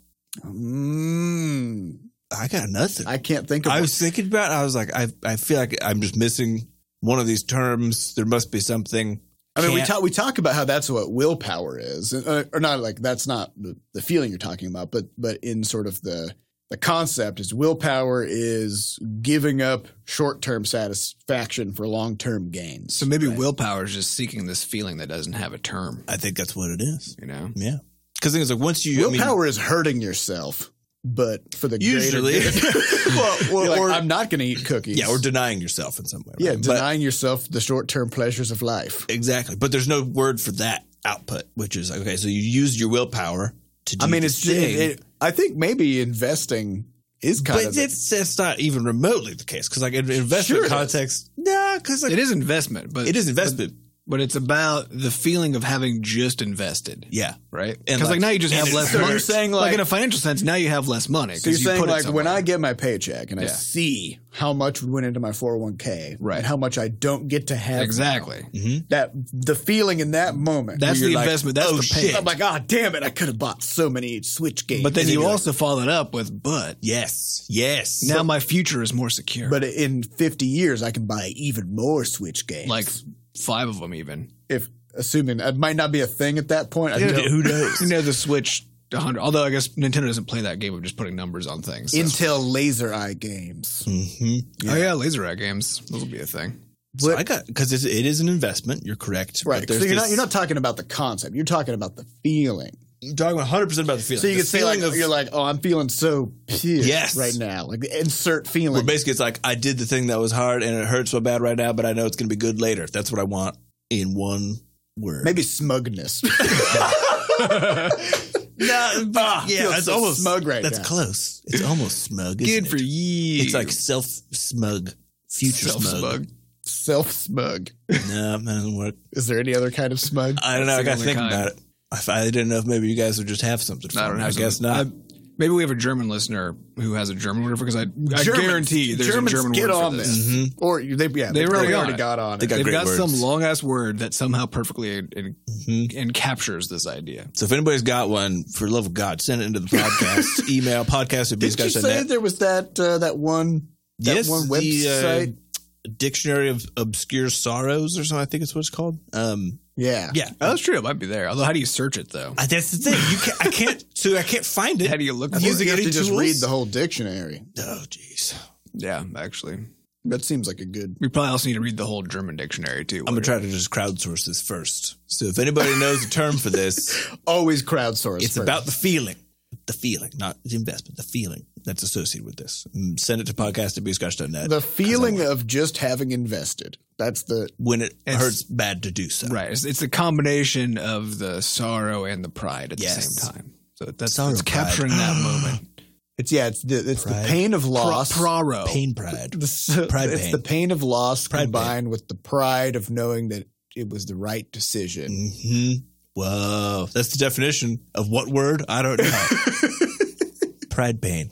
Speaker 1: Mm,
Speaker 3: I got nothing.
Speaker 1: I can't think of.
Speaker 3: I
Speaker 1: one.
Speaker 3: was thinking about. It, I was like, I I feel like I'm just missing one of these terms. There must be something.
Speaker 1: I mean, we
Speaker 3: can't-
Speaker 1: talk we talk about how that's what willpower is, uh, or not like that's not the, the feeling you're talking about, but but in sort of the the concept is willpower is giving up short-term satisfaction for long-term gains.
Speaker 2: So maybe willpower is just seeking this feeling that doesn't have a term,
Speaker 3: I think that's what it is.
Speaker 2: you know?
Speaker 3: Yeah. Because thing is, like once you I mean-
Speaker 1: willpower is hurting yourself, but for the greater
Speaker 3: Usually.
Speaker 1: good.
Speaker 3: well,
Speaker 1: You're
Speaker 3: or,
Speaker 1: like,
Speaker 3: or-
Speaker 1: I'm not going to eat cookies.
Speaker 3: yeah, or denying yourself in some way.
Speaker 1: yeah,
Speaker 3: right?
Speaker 1: denying yourself the short-term pleasures of life.
Speaker 3: but, exactly. But there's no word for that output, which is okay. So you use your willpower to. do
Speaker 1: I mean,
Speaker 3: the
Speaker 1: it's.
Speaker 3: thing,
Speaker 1: It, it, I think maybe investing is kind
Speaker 3: but
Speaker 1: of.
Speaker 3: it's it's not even remotely the case because like in investment
Speaker 1: Sure it is.
Speaker 3: context, nah, because like,
Speaker 2: It is investment, but
Speaker 3: it is investment.
Speaker 2: but it's about the feeling of having just invested.
Speaker 3: yeah,
Speaker 2: Right?
Speaker 3: And
Speaker 2: Because like,
Speaker 3: like-
Speaker 2: now you just
Speaker 3: and
Speaker 2: have
Speaker 3: it
Speaker 2: less
Speaker 3: hurts.
Speaker 2: money.
Speaker 1: So you're saying,
Speaker 2: like,
Speaker 1: like-
Speaker 2: in a financial sense, now you have less money.
Speaker 1: so you're
Speaker 2: 'cause you
Speaker 1: saying
Speaker 2: put it
Speaker 1: like when
Speaker 2: somewhere.
Speaker 1: I get my paycheck and I
Speaker 2: Yeah.
Speaker 1: see how much went into my 401k,
Speaker 2: Right.
Speaker 1: and how much I don't get to have
Speaker 2: Exactly.
Speaker 1: that the feeling in that moment.
Speaker 2: That's
Speaker 1: where
Speaker 2: the
Speaker 1: you're like,
Speaker 2: investment. That's
Speaker 3: oh,
Speaker 2: the
Speaker 3: shit.
Speaker 2: pain.
Speaker 1: I'm like, ah, damn it! I could have bought so many Switch games.
Speaker 2: But then
Speaker 1: And
Speaker 2: you
Speaker 1: you're like,
Speaker 2: also follow it up with, but
Speaker 3: yes, yes.
Speaker 2: now my future is more secure.
Speaker 1: but in 50 years, I can buy even more Switch games.
Speaker 2: like five of them, even.
Speaker 1: if assuming it might not be a thing at that point. I don't-
Speaker 3: who knows?
Speaker 2: You know, the Switch 100. Although I guess Nintendo doesn't play that game of just putting numbers on things. so.
Speaker 1: Intel Laser Eye games.
Speaker 3: hmm
Speaker 2: Oh, yeah, laser eye games. Those will be a thing.
Speaker 3: So
Speaker 1: But-
Speaker 3: I got because it is an investment. You're correct,
Speaker 1: right.
Speaker 3: but
Speaker 1: So
Speaker 3: there's
Speaker 1: you're
Speaker 3: this-
Speaker 1: not you're not talking about the concept. You're talking about the feeling.
Speaker 3: I'm talking 100 percent about the feeling.
Speaker 1: So you
Speaker 3: The
Speaker 1: can say like
Speaker 3: feeling of-
Speaker 1: you're like, oh, I'm feeling so pissed
Speaker 3: Yes.
Speaker 1: right now. Like insert
Speaker 3: Where
Speaker 1: feeling.
Speaker 3: basically it's like I did the thing that was hard and it hurts so bad right now, but I know it's gonna be good later. That's what I want in one word.
Speaker 1: Maybe smugness.
Speaker 3: no,
Speaker 1: Ah, I feel so smug right
Speaker 3: That's
Speaker 1: now.
Speaker 3: close. It's almost smug. Isn't
Speaker 2: Good for
Speaker 3: it?
Speaker 2: you.
Speaker 3: It's like self smug, future
Speaker 2: Self-smug.
Speaker 3: smug.
Speaker 1: Self smug.
Speaker 3: No, that doesn't work.
Speaker 1: Is there any other kind of smug?
Speaker 3: I don't know. I
Speaker 2: That's the
Speaker 3: gotta think
Speaker 2: only kind.
Speaker 3: about it. If I didn't know if maybe you guys would just have something. For
Speaker 2: I don't
Speaker 3: me.
Speaker 2: know.
Speaker 3: I guess not.
Speaker 2: maybe we have a German listener who has a German word for because I, I
Speaker 1: Germans-
Speaker 2: guarantee there's
Speaker 1: Germans
Speaker 2: a German
Speaker 1: get
Speaker 2: word for
Speaker 1: on
Speaker 2: this.
Speaker 1: this.
Speaker 3: Mhm.
Speaker 1: Or you- they yeah,
Speaker 2: They
Speaker 1: they,
Speaker 2: really
Speaker 1: they already
Speaker 2: are.
Speaker 1: got on
Speaker 3: They
Speaker 1: it.
Speaker 3: got
Speaker 2: They've
Speaker 3: great
Speaker 2: got some
Speaker 3: words.
Speaker 2: long ass word that somehow perfectly en- en-
Speaker 3: Mhm.
Speaker 2: and captures this idea.
Speaker 3: So if anybody's got one, for the love of God, send it into the podcast. Email podcast at
Speaker 1: Did you say
Speaker 3: bscotch.net.
Speaker 1: there was that uh, that one that
Speaker 3: yes,
Speaker 1: one
Speaker 3: the, uh,
Speaker 1: website?
Speaker 3: Dictionary of Obscure Sorrows or something. I think it's what it's called. Um,
Speaker 1: yeah.
Speaker 3: yeah,
Speaker 2: Oh, that's true. It might be there. Although, how do you search it though?
Speaker 3: I- that's the thing. You can't, I can't. So I can't find it.
Speaker 2: How do you look for
Speaker 3: Using
Speaker 1: You
Speaker 2: it?
Speaker 1: have
Speaker 3: any
Speaker 1: to just
Speaker 3: tools?
Speaker 1: read the whole dictionary.
Speaker 3: Oh, jeez.
Speaker 2: Yeah, actually,
Speaker 1: That seems like a good
Speaker 2: we probably also need to read the whole German dictionary too.
Speaker 3: I'm gonna try to just crowdsource this first. So if anybody knows the term for this,
Speaker 1: always crowdsource.
Speaker 3: it's
Speaker 1: first.
Speaker 3: about the feeling, the feeling, not the investment, the feeling that's associated with this. Mm, Send it to podcast at bscotch.net.
Speaker 1: the feeling of just having invested. That's the
Speaker 3: when it
Speaker 2: It's-
Speaker 3: hurts bad to do so.
Speaker 2: Right. It's, it's a combination of the sorrow and the pride at the
Speaker 3: Yes.
Speaker 2: same time. So that's,
Speaker 3: Sorrow,
Speaker 2: it's capturing
Speaker 3: pride.
Speaker 2: that moment.
Speaker 1: it's yeah, it's the it's
Speaker 3: Pride.
Speaker 1: the pain of
Speaker 2: Pro-
Speaker 1: loss.
Speaker 2: Praro.
Speaker 3: Pain pride.
Speaker 1: The s-
Speaker 3: pride
Speaker 1: it's
Speaker 3: pain.
Speaker 1: the pain of loss
Speaker 3: Pride
Speaker 1: combined with the pride of knowing that it was the right decision.
Speaker 3: hmm Whoa. That's the definition of what word? I don't know. pride pain.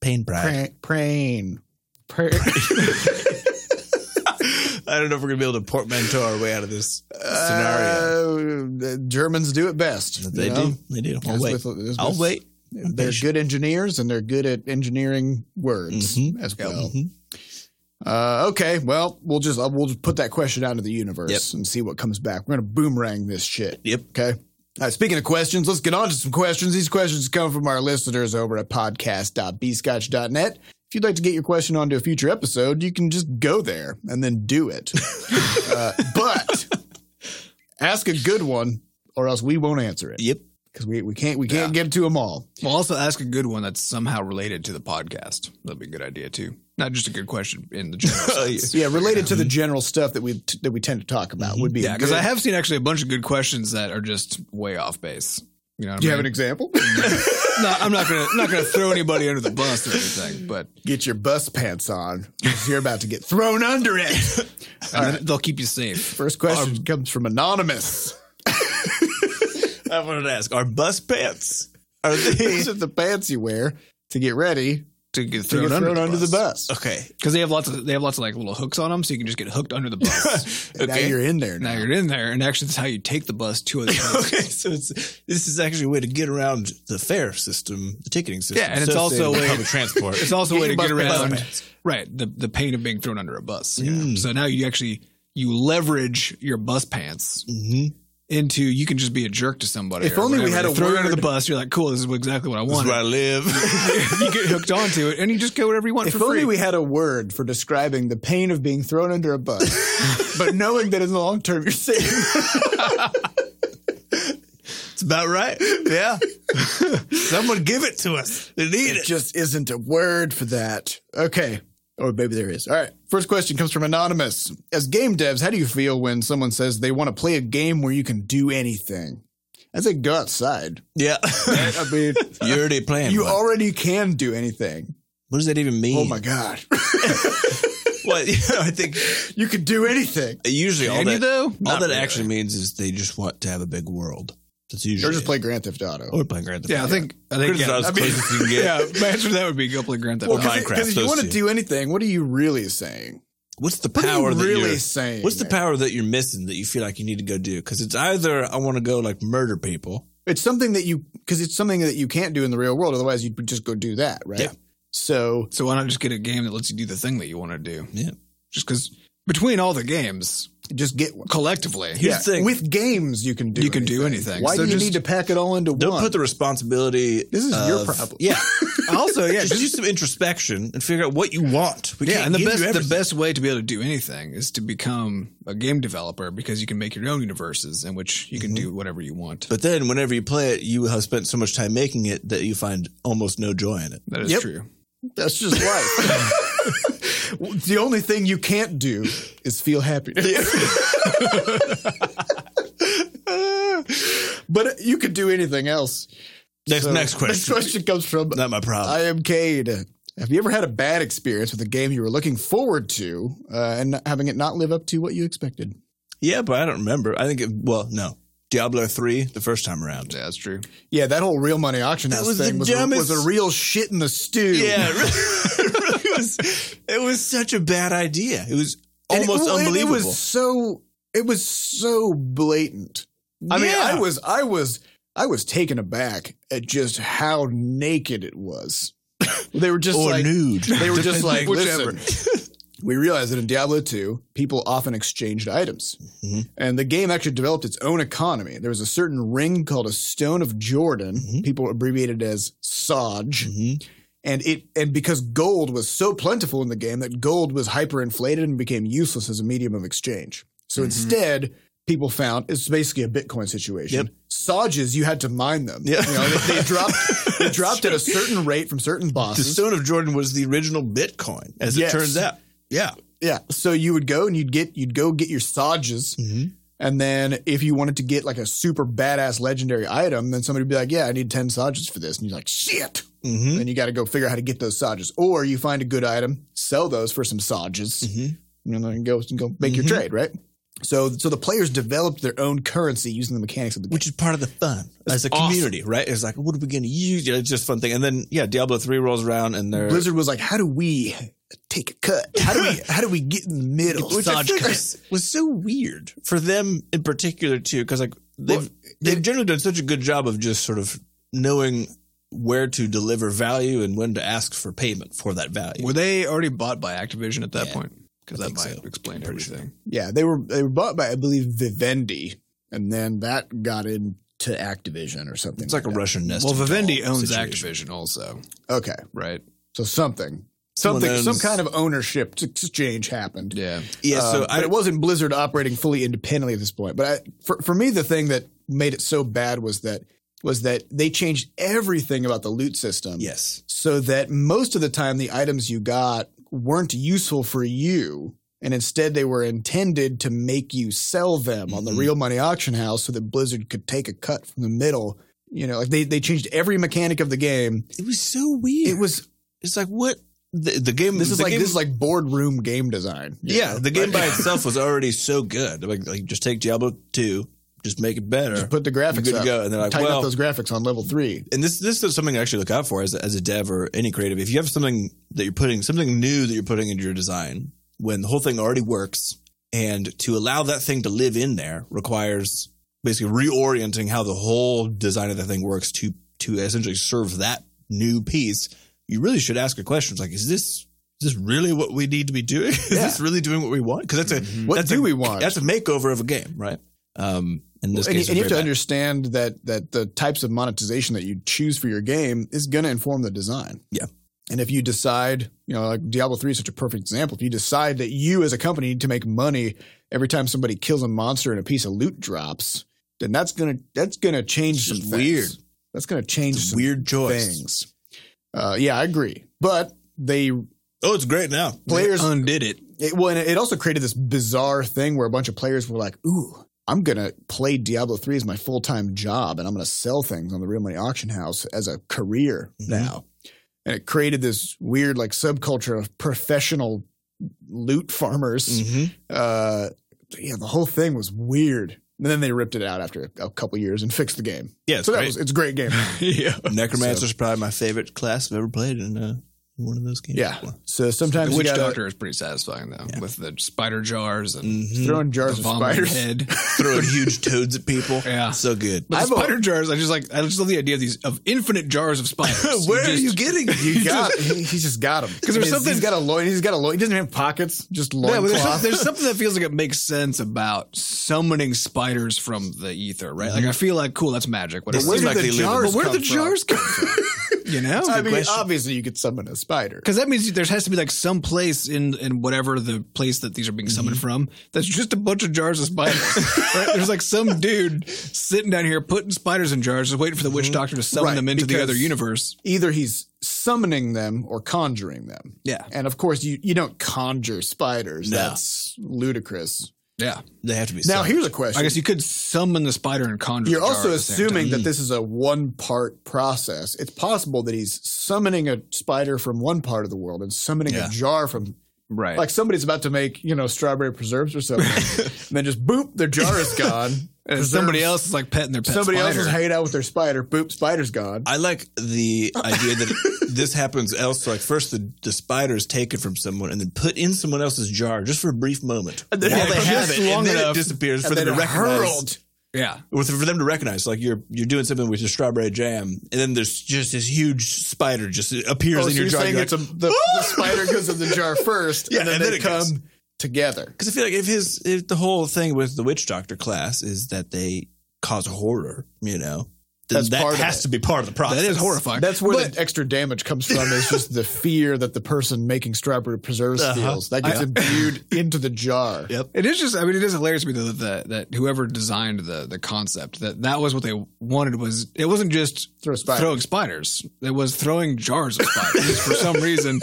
Speaker 3: Pain pride.
Speaker 1: Pra- Praying. Pra-
Speaker 3: I don't know if we're going to be able to portmanteau our way out of this scenario.
Speaker 1: Uh, the Germans do it best.
Speaker 3: they
Speaker 1: you know?
Speaker 3: do. They do. I'll
Speaker 1: It's
Speaker 3: wait.
Speaker 1: with- it's
Speaker 3: I'll
Speaker 1: with-
Speaker 3: wait.
Speaker 1: They're good engineers and they're good at engineering words
Speaker 3: Mhm.
Speaker 1: as
Speaker 2: Yep.
Speaker 1: well.
Speaker 3: Mhm.
Speaker 1: Uh, okay, well, we'll just uh, we'll just put that question out into the universe and see what comes back. We're gonna boomerang this shit.
Speaker 3: Yep.
Speaker 1: Okay. All right, speaking of questions, let's get on to some questions. These questions come from our listeners over at podcast.bscotch.net. If you'd like to get your question onto a future episode, you can just go there and then do it. uh, but ask a good one, or else we won't answer it
Speaker 3: Yep.
Speaker 1: because we, we can't we can't get to them all.
Speaker 2: Well, also ask a good one that's somehow related to the podcast. That'd be a good idea too. Not just a good question in the
Speaker 3: Oh,
Speaker 2: general sense.
Speaker 1: Yeah, related to the general stuff that we t- that we tend to talk about would be
Speaker 2: Mm-hmm. Yeah, because
Speaker 1: good-
Speaker 2: I have seen actually a bunch of good questions that are just way off base. You know, what
Speaker 1: Do you
Speaker 2: I
Speaker 1: have an
Speaker 2: mean?
Speaker 1: example?
Speaker 2: no, I'm not gonna I'm not gonna throw anybody under the bus or anything, but
Speaker 1: get your bus pants on 'cause you're about to get thrown under it.
Speaker 2: and then they'll keep you safe.
Speaker 1: First question
Speaker 2: Um,
Speaker 1: comes from anonymous.
Speaker 3: I wanted to ask, are bus pants, are they...
Speaker 1: These are the pants you wear to get ready
Speaker 2: To get
Speaker 1: to
Speaker 2: thrown,
Speaker 1: get
Speaker 2: under,
Speaker 1: thrown under the bus.
Speaker 3: okay.
Speaker 2: because they have lots of they have lots of like little hooks on them, so you can just get hooked under the bus.
Speaker 1: And Now you're in there.
Speaker 2: now
Speaker 1: Now.
Speaker 2: you're in there, and actually, that's how you take the bus to other places.
Speaker 3: Okay, so it's this is actually a way to get around the fare system, the ticketing system.
Speaker 2: Yeah, and it's
Speaker 3: associated with
Speaker 2: also a way-
Speaker 3: public transport.
Speaker 2: It's also a way to
Speaker 1: Get
Speaker 2: get
Speaker 1: your bus
Speaker 2: around
Speaker 3: pass.
Speaker 2: right the the pain of being thrown under a bus. you know?
Speaker 3: Mm.
Speaker 2: So now you actually you leverage your bus pants
Speaker 3: Mhm.
Speaker 2: into you can just be a jerk to somebody.
Speaker 1: If
Speaker 2: or
Speaker 1: only we
Speaker 2: whatever.
Speaker 1: had
Speaker 2: You
Speaker 1: a
Speaker 2: throw you under
Speaker 1: word-
Speaker 2: the bus. You're like, cool. This is exactly what I
Speaker 3: This is
Speaker 2: wanted.
Speaker 3: where I live.
Speaker 2: you get hooked onto it, and you just go whatever you want
Speaker 1: If
Speaker 2: for
Speaker 1: only
Speaker 2: free.
Speaker 1: we had a word for describing the pain of being thrown under a bus, but knowing that in the long term you're safe.
Speaker 3: it's about right. Yeah. Someone give it to us. They need
Speaker 1: it just isn't a word for that. Okay. Or maybe there is. All right. First question comes from Anonymous. As game devs, how do you feel when someone says they want to play a game where you can do anything? I say go outside.
Speaker 3: Yeah.
Speaker 1: I mean,
Speaker 3: You're already playing.
Speaker 1: you
Speaker 3: one.
Speaker 1: already can do anything.
Speaker 3: what does that even mean?
Speaker 1: Oh my God.
Speaker 3: Well, you know, I think
Speaker 1: you can do anything.
Speaker 3: usually all
Speaker 2: Can you
Speaker 3: that,
Speaker 2: though?
Speaker 3: all
Speaker 2: Not
Speaker 3: that
Speaker 2: really.
Speaker 3: actually means is they just want to have a big world. That's usually
Speaker 1: Or just play Grand Theft Auto.
Speaker 3: Or playing Grand Theft
Speaker 2: Yeah, I
Speaker 3: Auto.
Speaker 2: think. I think. Yeah,
Speaker 3: Criticize
Speaker 2: I
Speaker 3: as close as you can get.
Speaker 2: yeah, my answer to that would be go play Grand Theft
Speaker 3: Well,
Speaker 2: Auto.
Speaker 3: my- Minecraft,
Speaker 1: Because if you
Speaker 3: those
Speaker 1: want to
Speaker 3: two.
Speaker 1: do anything, what are you really saying?
Speaker 3: What's the
Speaker 1: What
Speaker 3: power
Speaker 1: are you
Speaker 3: that
Speaker 1: really
Speaker 3: you're
Speaker 1: saying?
Speaker 3: What's the power that you're missing that you feel like you need to go do? Because it's either I want to go like murder people.
Speaker 1: It's something that you because it's something that you can't do in the real world. Otherwise, you'd just go do that, right?
Speaker 3: Yeah.
Speaker 1: So
Speaker 2: So why not just get a game that lets you do the thing that you want to do?
Speaker 3: Yeah.
Speaker 2: Just because between all the games
Speaker 1: just get one.
Speaker 2: collectively,
Speaker 3: Here's the thing.
Speaker 1: With games, you can do
Speaker 2: You can do anything.
Speaker 1: Why do
Speaker 2: So
Speaker 1: you
Speaker 2: just-
Speaker 1: need to pack it all into
Speaker 3: Don't
Speaker 1: one?
Speaker 3: put the responsibility.
Speaker 1: This is your
Speaker 3: of-
Speaker 1: problem.
Speaker 3: Yeah.
Speaker 2: also yeah,
Speaker 3: just do some introspection and figure out what you want. We
Speaker 2: yeah,
Speaker 3: can't
Speaker 2: and the
Speaker 3: give
Speaker 2: best
Speaker 3: you
Speaker 2: the
Speaker 3: everything.
Speaker 2: best way to be able to do anything is to become a game developer because you can make your own universes in which you can do whatever you want.
Speaker 3: Mm-hmm. But then, whenever you play it, you have spent so much time making it that you find almost no joy in it.
Speaker 2: that is
Speaker 1: Yep.
Speaker 2: true.
Speaker 1: That's just life. the only thing you can't do is feel happy. but you could do anything else.
Speaker 3: Next,
Speaker 1: So,
Speaker 3: next question.
Speaker 1: Next question comes from
Speaker 3: Not my problem.
Speaker 1: I am Cade. Have you ever had a bad experience with a game you were looking forward to uh, and having it not live up to what you expected?
Speaker 3: yeah, but I don't remember. I think it, well, no, Diablo three the first time around.
Speaker 2: Yeah, that's true.
Speaker 1: Yeah, that whole real money auction
Speaker 3: That
Speaker 1: house
Speaker 3: was the
Speaker 1: thing was, a,
Speaker 3: dumbest-
Speaker 1: was a real shit in the stew.
Speaker 3: it really, it was. It was such a bad idea. It was
Speaker 1: And
Speaker 3: almost
Speaker 1: well, and
Speaker 3: unbelievable.
Speaker 1: It was so it was so blatant. I mean,
Speaker 3: Yeah.
Speaker 1: I was I was I was taken aback at just how naked it was. they were just
Speaker 3: or
Speaker 1: like
Speaker 3: nude.
Speaker 1: they were just like
Speaker 2: Whichever.
Speaker 1: listen. we realized that in Diablo 2, people often exchanged items.
Speaker 3: Mhm.
Speaker 1: And the game actually developed its own economy. There was a certain ring called a Stone of Jordan,
Speaker 3: Mhm.
Speaker 1: people abbreviated as Saj
Speaker 3: Mhm.
Speaker 1: and it and because gold was so plentiful in the game that gold was hyperinflated and became useless as a medium of exchange. So
Speaker 3: Mm-hmm.
Speaker 2: Mhm.
Speaker 1: instead, people found it's basically a Bitcoin situation.
Speaker 3: Yep.
Speaker 1: Sages, you had to mine them.
Speaker 3: Yeah.
Speaker 1: You know, they, they dropped they dropped at a certain rate from certain
Speaker 3: The
Speaker 1: bosses.
Speaker 3: Stone of Jordan was the original Bitcoin, as
Speaker 1: Yes.
Speaker 3: it turns out. Yeah.
Speaker 1: yeah. So you would go and you'd get you'd go get your Sages.
Speaker 3: Mm-hmm.
Speaker 1: And then if you wanted to get like a super badass legendary item, then somebody would be like, Yeah, I need 10 Sages for this. And you're like, shit.
Speaker 3: Mm-hmm.
Speaker 1: Then you got to go figure out how to get those sages. Or you find a good item, sell those for some sages,
Speaker 3: Mhm.
Speaker 1: and then go, go make your
Speaker 3: Mhm.
Speaker 1: trade, right? So, so the players developed their own currency using the mechanics of the game.
Speaker 3: Which is part of the fun as a
Speaker 2: awesome.
Speaker 3: community, right? It's like, what are we going to use? You know, it's just a fun thing. And then, yeah, Diablo 3 rolls around and they're.
Speaker 1: Blizzard was like, "How do we take a cut? How do we how do we get in the middle?"
Speaker 3: which I think was, was so weird for them in particular, too, because like they've,
Speaker 1: Well,
Speaker 3: they've
Speaker 1: it-
Speaker 3: generally done such a good job of just sort of knowing where to deliver value and when to ask for payment for that value.
Speaker 2: Were they already bought by Activision at that
Speaker 3: Yeah,
Speaker 2: point? Because
Speaker 3: I
Speaker 2: that
Speaker 3: think
Speaker 2: might
Speaker 3: so.
Speaker 2: explain
Speaker 3: Pretty sure.
Speaker 2: everything.
Speaker 1: yeah, they were they were bought by I believe Vivendi, and then that got into Activision or something.
Speaker 3: it's like a
Speaker 1: that.
Speaker 3: Russian nest.
Speaker 2: Well,
Speaker 3: egg
Speaker 2: Vivendi
Speaker 3: doll
Speaker 2: owns
Speaker 3: situation.
Speaker 2: Activision also,
Speaker 1: okay,
Speaker 2: right?
Speaker 1: so something
Speaker 3: Someone
Speaker 1: something some
Speaker 3: owns-
Speaker 1: kind of ownership exchange happened.
Speaker 2: Yeah.
Speaker 3: Yeah, so
Speaker 1: Um,
Speaker 3: I,
Speaker 1: but it wasn't Blizzard operating fully independently at this point. But I, for for me, the thing that made it so bad was that was that they changed everything about the loot system,
Speaker 3: yes.
Speaker 1: so that most of the time the items you got weren't useful for you, and instead they were intended to make you sell them on the
Speaker 3: Mhm.
Speaker 1: real money auction house, so that Blizzard could take a cut from the middle. You know, like they they changed every mechanic of the game.
Speaker 3: It was so weird.
Speaker 1: It was
Speaker 3: It's like what the, the game.
Speaker 1: this is
Speaker 3: Mm, the
Speaker 1: like
Speaker 3: game-
Speaker 1: this is like boardroom game design. you
Speaker 3: yeah.
Speaker 1: know?
Speaker 3: The game by itself was already so good. Like, like just take Diablo two, just make it better.
Speaker 1: Just put the
Speaker 3: you're
Speaker 1: graphics
Speaker 3: good
Speaker 1: up.
Speaker 3: to go. And they're like,
Speaker 1: tighten
Speaker 3: well, mm,
Speaker 1: up those graphics on level three.
Speaker 3: and this this is something I actually look out for as as a dev or any creative. If you have something that you're putting something new that you're putting into your design, when the whole thing already works, and to allow that thing to live in there requires basically reorienting how the whole design of the thing works to to essentially serve that new piece. You really should ask a question It's like, is this is this really what we need to be doing? Is
Speaker 1: Yeah.
Speaker 3: this really doing what we want? Because that's a
Speaker 2: Mhm.
Speaker 1: What
Speaker 3: that's
Speaker 1: do
Speaker 3: a-
Speaker 1: we want?
Speaker 3: that's a makeover of a game, right? Um, in this
Speaker 1: and, you-
Speaker 3: case,
Speaker 1: and you
Speaker 3: it was
Speaker 1: have to
Speaker 3: very bad.
Speaker 1: understand that that the types of monetization that you choose for your game is going to inform the design.
Speaker 3: Yeah.
Speaker 1: And if you decide, you know, like Diablo 3 is such a perfect example. If you decide that you as a company need to make money every time somebody kills a monster and a piece of loot drops, then that's going to that's going to change
Speaker 3: It's
Speaker 1: some
Speaker 3: just
Speaker 1: things.
Speaker 3: weird.
Speaker 1: That's going to change
Speaker 3: It's a
Speaker 1: some
Speaker 3: weird choice.
Speaker 1: things. Uh, yeah, I agree. But they
Speaker 3: Oh, it's great now.
Speaker 1: players
Speaker 2: They undid it.
Speaker 1: it, well, and it also created this bizarre thing where a bunch of players were like, "Ooh, I'm gonna play Diablo three as my full time job, and I'm gonna sell things on the real money auction house as a career
Speaker 2: Mm-hmm.
Speaker 3: Mhm.
Speaker 1: now." And it created this weird like subculture of professional loot farmers.
Speaker 2: Mm.
Speaker 3: Mhm.
Speaker 1: Uh, yeah, the whole thing was weird. And then they ripped it out after a, a couple years and fixed the game.
Speaker 3: Yeah, it's
Speaker 1: so that
Speaker 3: great.
Speaker 1: was it's a great game.
Speaker 2: yeah.
Speaker 3: Necromancer's probably my favorite class I've ever played in uh, one of those games.
Speaker 1: Yeah.
Speaker 3: before.
Speaker 1: So
Speaker 2: The
Speaker 1: sometimes you
Speaker 2: witch
Speaker 1: gotta
Speaker 2: doctor is pretty satisfying though, with the spider jars and
Speaker 3: Mhm.
Speaker 1: throwing
Speaker 2: the
Speaker 1: jars of
Speaker 2: vomiting
Speaker 1: spiders.
Speaker 2: head.
Speaker 3: throwing huge toads at people.
Speaker 2: Yeah.
Speaker 3: so good.
Speaker 2: But the
Speaker 1: I've al-
Speaker 2: spider jars, I just like I just love the idea of these of infinite jars of spiders. just-
Speaker 3: getting?
Speaker 1: You got he, he's just got him
Speaker 2: 'Cause there's something-
Speaker 1: he's got a loin he's got a loin he doesn't have pockets just
Speaker 2: Yeah, but
Speaker 1: loin
Speaker 2: there's, some-
Speaker 1: cloth.
Speaker 2: there's something that feels like it makes sense about summoning spiders from the ether, right?
Speaker 1: Mm-hmm.
Speaker 2: Like I feel like cool, that's magic.
Speaker 3: But
Speaker 2: Whatever.
Speaker 3: where
Speaker 2: But
Speaker 3: did
Speaker 2: where,
Speaker 3: like
Speaker 1: the
Speaker 3: they live in-
Speaker 1: jars
Speaker 2: but where do the
Speaker 1: come from?
Speaker 2: jars come from? you know,
Speaker 1: I mean, uh,
Speaker 3: question.
Speaker 1: obviously you could summon a spider.
Speaker 2: because that means there has to be like some place in in whatever the place that these are being summoned
Speaker 1: Mm-hmm.
Speaker 2: from that's just a bunch of jars of spiders. right? There's like some dude sitting down here putting spiders in jars, just waiting for the witch doctor to summon
Speaker 1: Mm-hmm. Right,
Speaker 2: them into the
Speaker 1: because-
Speaker 2: other universe.
Speaker 1: Either he's summoning them or conjuring them.
Speaker 2: Yeah,
Speaker 1: And of course, you, you don't conjure spiders.
Speaker 3: No.
Speaker 1: That's ludicrous.
Speaker 2: yeah.
Speaker 3: They have to be.
Speaker 1: Now,
Speaker 3: Now
Speaker 1: here's a question.
Speaker 2: I guess you could summon the spider and conjure.
Speaker 1: You're
Speaker 2: the jar
Speaker 1: also
Speaker 2: at the same time.
Speaker 1: assuming that this is a one part process. It's possible that he's summoning a spider from one part of the world and summoning
Speaker 3: Yeah.
Speaker 1: a jar from
Speaker 2: right?
Speaker 1: like somebody's about to make you know strawberry preserves or something, and then just boop, their jar is gone.
Speaker 2: And somebody else is like petting their pet
Speaker 1: somebody
Speaker 2: spider.
Speaker 1: else is hanging out with their spider. Boop, spider's gone.
Speaker 3: I like the idea that this happens else. Like first, the, the spider is taken from someone and then put in someone else's jar just for a brief moment.
Speaker 1: And then-
Speaker 3: While they
Speaker 1: Just
Speaker 3: have it,
Speaker 2: long
Speaker 3: and then
Speaker 2: enough,
Speaker 3: it disappears for
Speaker 1: And
Speaker 3: them to
Speaker 1: then
Speaker 3: recognize.
Speaker 1: hurled.
Speaker 2: yeah,
Speaker 3: Or for them to recognize, like you're you're doing something with your strawberry jam, and then there's just this huge spider just appears
Speaker 1: Oh, so
Speaker 3: in your
Speaker 1: you're
Speaker 3: jar.
Speaker 1: saying
Speaker 3: You're
Speaker 1: it's a, the, the spider goes in the jar first,
Speaker 3: Yeah,
Speaker 1: and then
Speaker 3: and then
Speaker 1: they
Speaker 3: it
Speaker 1: come
Speaker 3: goes.
Speaker 1: together.
Speaker 3: Because I feel like if his if the whole thing with the witch doctor class is that they cause horror, you know, then
Speaker 1: That's
Speaker 3: that
Speaker 1: part of
Speaker 3: has
Speaker 1: it.
Speaker 3: to be part of the process.
Speaker 2: that is horrifying.
Speaker 1: That's where
Speaker 2: But-
Speaker 1: the extra damage comes from. Is just the fear that the person making strawberry preserves
Speaker 3: Uh-huh.
Speaker 1: feels that gets imbued into the jar.
Speaker 3: Yep.
Speaker 2: It is just, I mean, it is hilarious to me though, that, that whoever designed the the concept that that was what they wanted was it wasn't just
Speaker 1: Throw a spider.
Speaker 2: throwing spiders, it was throwing jars of spiders for some reason.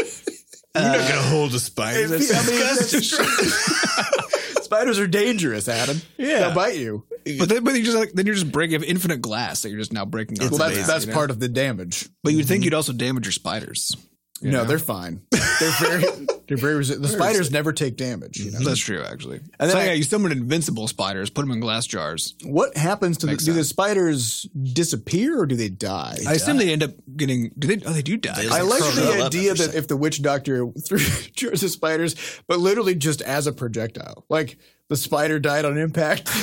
Speaker 3: You're not gonna hold a spider.
Speaker 1: Uh, If
Speaker 3: That's
Speaker 1: you- I mean, that's
Speaker 3: disgusting.
Speaker 1: true. Spiders are dangerous, Adam.
Speaker 3: Yeah.
Speaker 1: they'll bite you.
Speaker 2: But then, but you just like, then you're just breaking infinite glass that you're just now breaking.
Speaker 3: It's
Speaker 2: on
Speaker 1: well, that's
Speaker 2: glass,
Speaker 1: that's
Speaker 2: you know?
Speaker 1: part Mhm. of the damage.
Speaker 2: But you'd think you'd also damage your spiders. you
Speaker 1: no,
Speaker 2: know?
Speaker 1: they're fine. They're very they're very resi- the spiders never take damage. You know
Speaker 2: That's true, actually.
Speaker 1: Mm-hmm. And then
Speaker 2: so
Speaker 1: I-
Speaker 2: yeah, you summon invincible spiders, put them in glass jars.
Speaker 1: what happens to the,
Speaker 2: Mm-hmm. Makes
Speaker 1: do the
Speaker 2: sense.
Speaker 1: spiders disappear or do they die?
Speaker 2: I assume they end up getting. Do they? Oh, they do die.
Speaker 3: They
Speaker 1: I
Speaker 3: They
Speaker 1: like
Speaker 3: curl
Speaker 1: the
Speaker 3: up
Speaker 1: idea
Speaker 3: after
Speaker 1: that if the witch doctor threw cures the spiders, but literally just as a projectile, like the spider died on impact.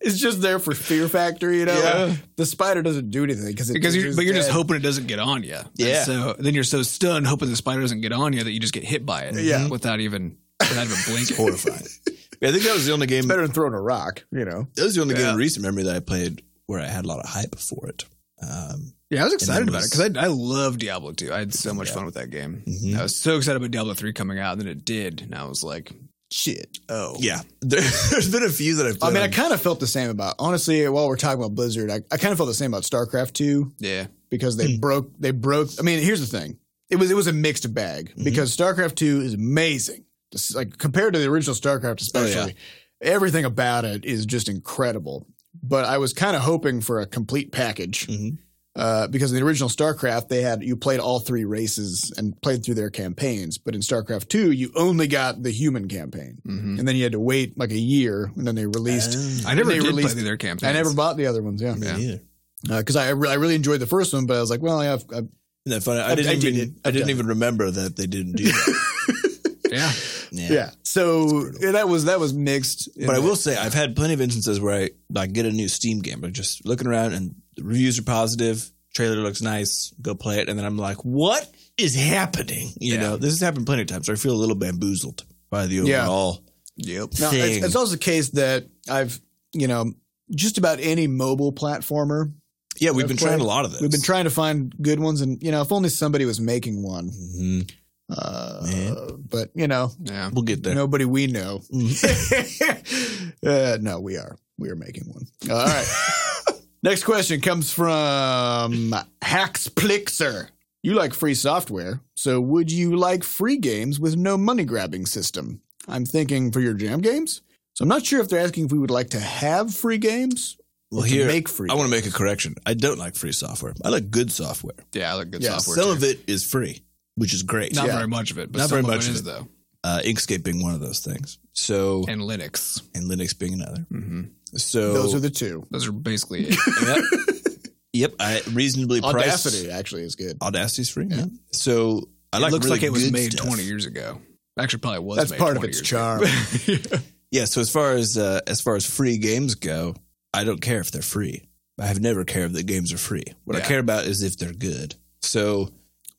Speaker 1: it's just there for fear factor, you know.
Speaker 2: Yeah.
Speaker 1: The spider doesn't do anything because
Speaker 2: because you're, but you're just hoping it doesn't get on you.
Speaker 3: Yeah.
Speaker 2: so then you're so stunned, hoping the spider doesn't get on you, that you just get hit by it.
Speaker 1: Yeah.
Speaker 2: Without even without even blinking.
Speaker 3: horrifying. Yeah, I think that was the only game.
Speaker 1: better than throwing a rock, you know.
Speaker 3: That was the only game
Speaker 2: Yeah.
Speaker 3: in recent memory that I played where I had a lot of hype for it. Um,
Speaker 2: yeah, I was excited
Speaker 3: And then
Speaker 2: about it
Speaker 3: was-
Speaker 2: because I, I love Diablo 2. I had so much fun with that game.
Speaker 3: Mhm.
Speaker 1: Mm-hmm.
Speaker 2: I was so excited about Diablo 3 coming out, and then it did, and I was like, shit. Oh.
Speaker 3: yeah, there, has been a few that I've.
Speaker 1: I
Speaker 3: Played
Speaker 1: mean, I
Speaker 3: on-
Speaker 1: kind of felt the same about honestly. While we're talking about Blizzard, I, I kind of felt the same about StarCraft two.
Speaker 2: Yeah.
Speaker 1: because they broke they broke I mean here's the thing it was it was a mixed bag because StarCraft 2 is amazing Just, like compared to the original StarCraft especially everything about it is just incredible but I was kind of hoping for a complete package
Speaker 3: Mhm.
Speaker 1: uh, because in the original StarCraft they had you played all three races and played through their campaigns but in StarCraft 2 you only got the human campaign
Speaker 2: Mhm.
Speaker 1: and then you had to wait like a year and then they released
Speaker 2: I never
Speaker 1: They
Speaker 2: did play
Speaker 1: released-
Speaker 2: through their campaign.
Speaker 1: I never bought the other ones Uh, yeah
Speaker 3: Me
Speaker 2: Yeah.
Speaker 3: neither.
Speaker 1: because I, re- I really enjoyed the first one but I was like well yeah, I've, I've
Speaker 3: Isn't that funny? I,
Speaker 1: I-
Speaker 3: didn't
Speaker 1: I did
Speaker 3: even.
Speaker 1: it.
Speaker 3: I
Speaker 1: I've
Speaker 3: didn't
Speaker 1: done
Speaker 3: even remember that they didn't do that.
Speaker 2: Yeah.
Speaker 1: Yeah. So
Speaker 3: It's
Speaker 1: yeah, that was that was mixed.
Speaker 3: But I will say I've had plenty of instances where I like get a new Steam game, but just looking around and the reviews are positive, trailer looks nice, go play it, and then I'm like, what is happening? You
Speaker 2: Yeah.
Speaker 3: know, this has happened plenty of times. So I feel a little bamboozled by the
Speaker 1: Yeah.
Speaker 3: overall
Speaker 2: Yep.
Speaker 1: Now,
Speaker 3: thing.
Speaker 1: it's, it's also the case that I've, you know, just about any mobile platformer,
Speaker 3: Yeah, we've
Speaker 1: I've
Speaker 3: been trying
Speaker 1: played-
Speaker 3: a lot of this.
Speaker 1: we've been trying to find good ones. And, you know, if only somebody was making one.
Speaker 3: Mhm.
Speaker 1: Uh,
Speaker 3: Man.
Speaker 1: but, you know,
Speaker 2: Yeah.
Speaker 3: We'll get there.
Speaker 1: nobody we know. uh, no, we are. We are making one. All right. Next question comes from Hacksplixer. You like free software, so would you like free games with no money grabbing system? I'm thinking for your jam games. So I'm not sure if they're asking if we would like to have free games
Speaker 3: Well,
Speaker 1: or
Speaker 3: here
Speaker 1: to make free.
Speaker 3: I want to make a correction. I don't like free software. I like good software.
Speaker 2: Yeah. I like good
Speaker 1: Yeah,
Speaker 2: software.
Speaker 3: Some of
Speaker 2: too.
Speaker 3: it is free, which is great.
Speaker 2: Not
Speaker 1: yeah.
Speaker 2: very much of it, but
Speaker 3: Not
Speaker 2: some
Speaker 3: very
Speaker 2: of
Speaker 3: much
Speaker 2: it
Speaker 3: of
Speaker 2: is
Speaker 3: it.
Speaker 2: though.
Speaker 3: Uh, Inkscape being one of those things. So
Speaker 2: And Linux.
Speaker 3: and Linux being another.
Speaker 2: Mm-hmm.
Speaker 3: So
Speaker 1: Those are the two.
Speaker 2: Those are basically it.
Speaker 3: yep, yep. I reasonably priced.
Speaker 1: Audacity actually is good.
Speaker 3: Audacity's free.
Speaker 1: Yeah.
Speaker 3: Yeah. So I
Speaker 2: it
Speaker 3: like
Speaker 2: looks
Speaker 3: really
Speaker 2: like it was
Speaker 3: good
Speaker 2: made
Speaker 3: stuff.
Speaker 2: 20 years ago. Actually, probably was.
Speaker 1: That's
Speaker 2: made
Speaker 1: part of
Speaker 2: 20
Speaker 1: its
Speaker 2: years ago.
Speaker 1: charm.
Speaker 3: Yeah. So as far as uh, as far as free games go, I don't care if they're free. I have never cared that games are free. What I
Speaker 2: Yeah.
Speaker 3: care about is if they're good. So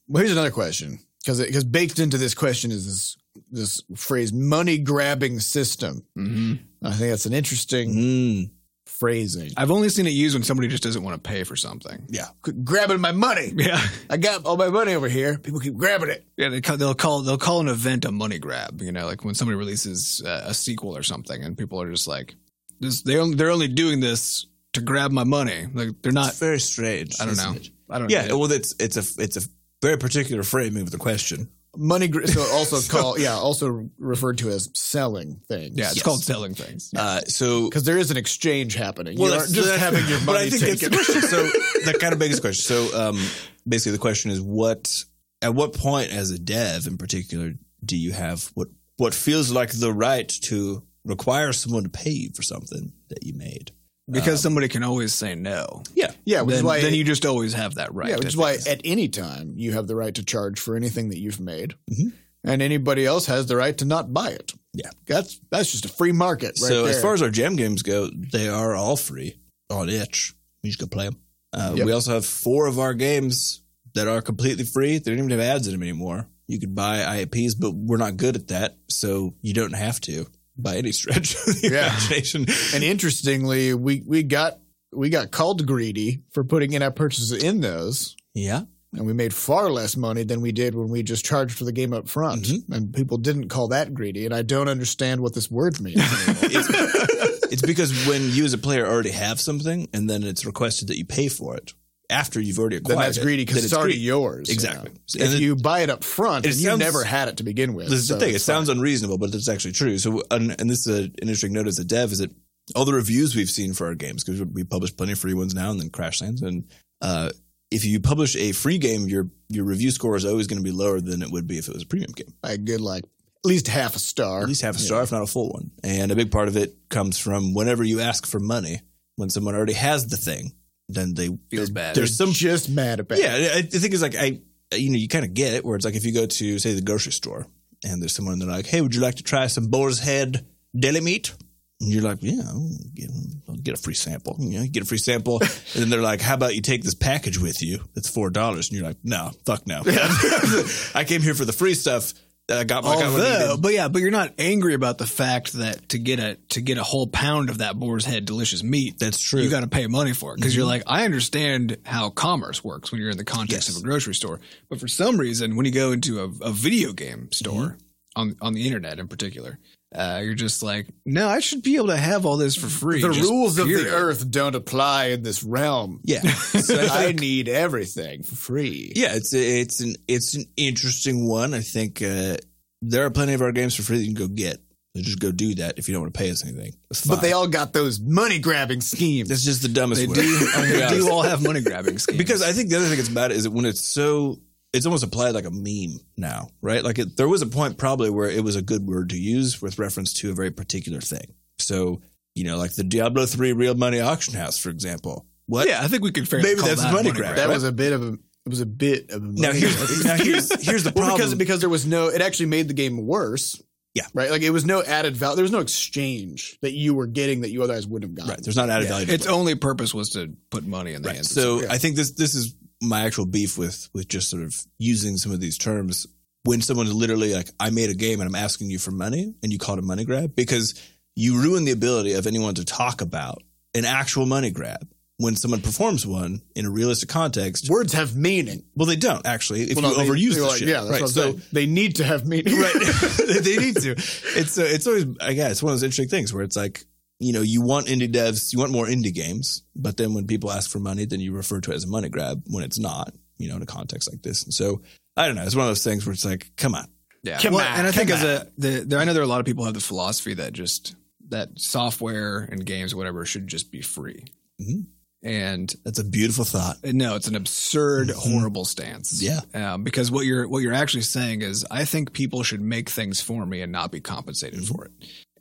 Speaker 1: Well, here's another question because because baked into this question is this this phrase money grabbing system.
Speaker 2: hmm
Speaker 1: I think that's an interesting
Speaker 3: mm,
Speaker 1: phrasing.
Speaker 2: I've only seen it used when somebody just doesn't want to pay for something.
Speaker 1: Quit grabbing my money.
Speaker 2: Yeah.
Speaker 1: I got all my money over here. People keep grabbing it.
Speaker 2: Yeah, they call, they'll call they'll call an event a money grab. You know, like when somebody releases uh, a sequel or something, and people are just like, this, they only, they're only doing this to grab my money. Like they're not.
Speaker 3: it's very strange.
Speaker 2: I don't
Speaker 3: isn't
Speaker 2: know.
Speaker 3: it?
Speaker 2: I don't.
Speaker 3: Yeah.
Speaker 2: know.
Speaker 3: Well, it's it's a it's a very particular framing of the question.
Speaker 1: Money. Gr- so also called yeah, also referred to as selling things.
Speaker 2: yeah, it's
Speaker 3: yes.
Speaker 2: called selling things.
Speaker 3: Uh, so
Speaker 1: because there is an exchange happening.
Speaker 3: Well,
Speaker 1: you
Speaker 3: that's-
Speaker 1: aren't just
Speaker 3: that's-
Speaker 1: having your
Speaker 3: but
Speaker 1: money
Speaker 3: I think that's the
Speaker 1: taken.
Speaker 3: question. So that kind of begs the question. So um, basically, the question is what at what point, as a dev in particular, do you have what what feels like the right to require someone to pay you for something that you made?
Speaker 2: Because somebody can always say no.
Speaker 1: Um, yeah, which is
Speaker 2: Then,
Speaker 1: why.
Speaker 2: then you just always have that right.
Speaker 1: yeah,
Speaker 2: to
Speaker 1: which is why
Speaker 2: things.
Speaker 1: at any time you have the right to charge for anything that you've made,
Speaker 3: Mhm.
Speaker 1: and anybody else has the right to not buy it.
Speaker 3: Yeah.
Speaker 1: that's that's just a free market. Right
Speaker 3: so
Speaker 1: there.
Speaker 3: as far as our jam games go, they are all free on itch. You just go play them. Uh,
Speaker 1: Yep.
Speaker 3: We also have four of our games that are completely free. They don't even have ads in them anymore. You could buy IAPs, but we're not good at that, so you don't have to by any stretch of the
Speaker 1: Yeah.
Speaker 3: imagination.
Speaker 1: and interestingly, we we got we got called greedy for putting in our purchases in those.
Speaker 3: Yeah,
Speaker 1: and we made far less money than we did when we just charged for the game up front.
Speaker 3: Mhm.
Speaker 1: And people didn't call that greedy. And I don't understand what this word means. anymore.
Speaker 3: it's because when you as a player already have something, and then it's requested that you pay for it after you've already acquired
Speaker 1: then that's
Speaker 3: it,
Speaker 1: greedy because
Speaker 3: then
Speaker 1: it's already
Speaker 3: greedy.
Speaker 1: yours. you
Speaker 3: exactly.
Speaker 1: know.
Speaker 3: And
Speaker 1: If
Speaker 3: it-
Speaker 1: you buy it up front,
Speaker 3: it
Speaker 1: and you
Speaker 3: sounds-
Speaker 1: never had it to begin with.
Speaker 3: This is the
Speaker 1: so
Speaker 3: thing. It
Speaker 1: it's fine.
Speaker 3: sounds unreasonable, but it's actually true. So, and, and this is a, an interesting note as a dev is that all the reviews we've seen for our games, because we publish plenty of free ones now and then Crashlands. And uh, if you publish a free game, your your review score is always going to be lower than it would be if it was a premium game.
Speaker 1: a good like at least half a star.
Speaker 3: At least half a star, if not a full one. And a big part of it comes from whenever you ask for money, when someone already has the thing, then they
Speaker 2: Feels bad.
Speaker 3: There's some
Speaker 1: just mad about.
Speaker 3: yeah, I- I think it's like I, you know, you kind of get it where it's like if you go to say the grocery store and there's someone they're like, hey, would you like to try some boar's head deli meat? And you're like, yeah, I'll get, I'll get a free sample. You know, you get a free sample, and then they're like, how about you take this package with you? It's four dollars, and you're like, no, fuck no. I came here for the free stuff. that I got my got what I
Speaker 2: Although,
Speaker 3: needed.
Speaker 2: but yeah, but you're not angry about the fact that to get a to get a whole pound of that boar's head delicious meat,
Speaker 3: That's true. Mm-hmm.
Speaker 2: You got to pay money for it because you're like, I understand how commerce works when you're in the context
Speaker 3: Yes.
Speaker 2: of a grocery store, but for some reason, when you go into a, a video game store
Speaker 3: Mm-hmm.
Speaker 2: on on the internet in particular, uh, you're just like, no, I should be able to have all this for free.
Speaker 1: The
Speaker 2: just
Speaker 1: rules of
Speaker 2: period."
Speaker 1: the earth don't apply in this realm.
Speaker 3: yeah. So I
Speaker 1: I
Speaker 3: think-
Speaker 1: need everything for free.
Speaker 3: Yeah, it's it's an it's an interesting one. I think uh, there are plenty of our games for free that you can go get. So just go do that if you don't want to pay us anything. That's fine.
Speaker 1: But they all got those money grabbing schemes.
Speaker 3: that's just the dumbest
Speaker 2: They
Speaker 3: way.
Speaker 2: do,
Speaker 3: I'm gonna be
Speaker 2: they do
Speaker 3: honest.
Speaker 2: all have money grabbing schemes
Speaker 3: because I think the other thing that's bad is that when it's so it's almost applied like a meme now, right? Like it, there was a point probably where it was a good word to use with reference to a very particular thing. So you know, like the Diablo three real money auction house, for example. What?
Speaker 2: yeah, I think we could fairly
Speaker 3: Maybe
Speaker 2: call
Speaker 3: that's
Speaker 2: that
Speaker 3: money
Speaker 2: money
Speaker 3: grab.
Speaker 2: grab.
Speaker 1: that was a bit of a it was a bit of a
Speaker 3: Now here's now here's here's the
Speaker 1: Well,
Speaker 3: problem.
Speaker 1: because because there was no, it actually made the game worse.
Speaker 3: Yeah.
Speaker 1: Right. Like it was no added value. There was no exchange that you were getting that you otherwise wouldn't have gotten.
Speaker 3: right, there's not added
Speaker 2: Yeah.
Speaker 3: value. to
Speaker 2: Its only purpose was to put money in the
Speaker 3: Right.
Speaker 2: hands. of
Speaker 3: So
Speaker 1: yeah.
Speaker 3: I think this this is my actual beef with with just sort of using some of these terms when someone's literally like, I made a game and I'm asking you for money and you call it a money grab because you ruin the ability of anyone to talk about an actual money grab when someone performs one in a realistic context.
Speaker 1: Words have meaning.
Speaker 3: Well, they don't actually if
Speaker 1: Well,
Speaker 3: you
Speaker 1: no, they-
Speaker 3: overuse
Speaker 1: they
Speaker 3: the
Speaker 1: were like,
Speaker 3: shit.
Speaker 1: Yeah, that's
Speaker 3: right.
Speaker 1: what I'm
Speaker 3: so
Speaker 1: saying. They need to have meaning.
Speaker 3: right they need to it's uh, it's always i guess it's one of those interesting things where it's like you know you want indie devs you want more indie games but then when people ask for money then you refer to it as a money grab when it's not you know in a context like this and so i don't know it's one of those things where it's like come on
Speaker 2: Yeah.
Speaker 1: Come
Speaker 2: well,
Speaker 1: on,
Speaker 2: and I think
Speaker 1: come
Speaker 2: as a the, there, I know there are a lot of people who have the philosophy that just that software and games whatever should just be free.
Speaker 3: Mhm.
Speaker 1: Mm-hmm.
Speaker 2: And
Speaker 3: that's a beautiful thought
Speaker 2: no, it's an absurd,
Speaker 3: Mhm.
Speaker 2: horrible stance.
Speaker 3: Yeah.
Speaker 2: Um, because what you're what you're actually saying is, I think people should make things for me and not be compensated for it.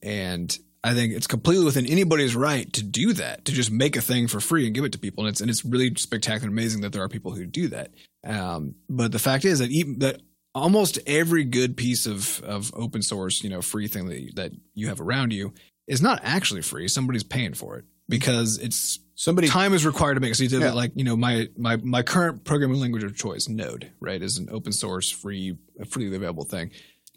Speaker 2: And I think it's completely within anybody's right to do that, to just make a thing for free and give it to people. And it's and it's really spectacular, and amazing that there are people who do that. Um, but the fact is that even that almost every good piece of of open source, you know, free thing that you, that you have around you is not actually free. Somebody's paying for it because it's
Speaker 1: Somebody
Speaker 2: time is required to make it. So you did
Speaker 1: Yeah.
Speaker 2: that, like you know, my my my current programming language of choice, Node, right, is an open source, free, freely available thing.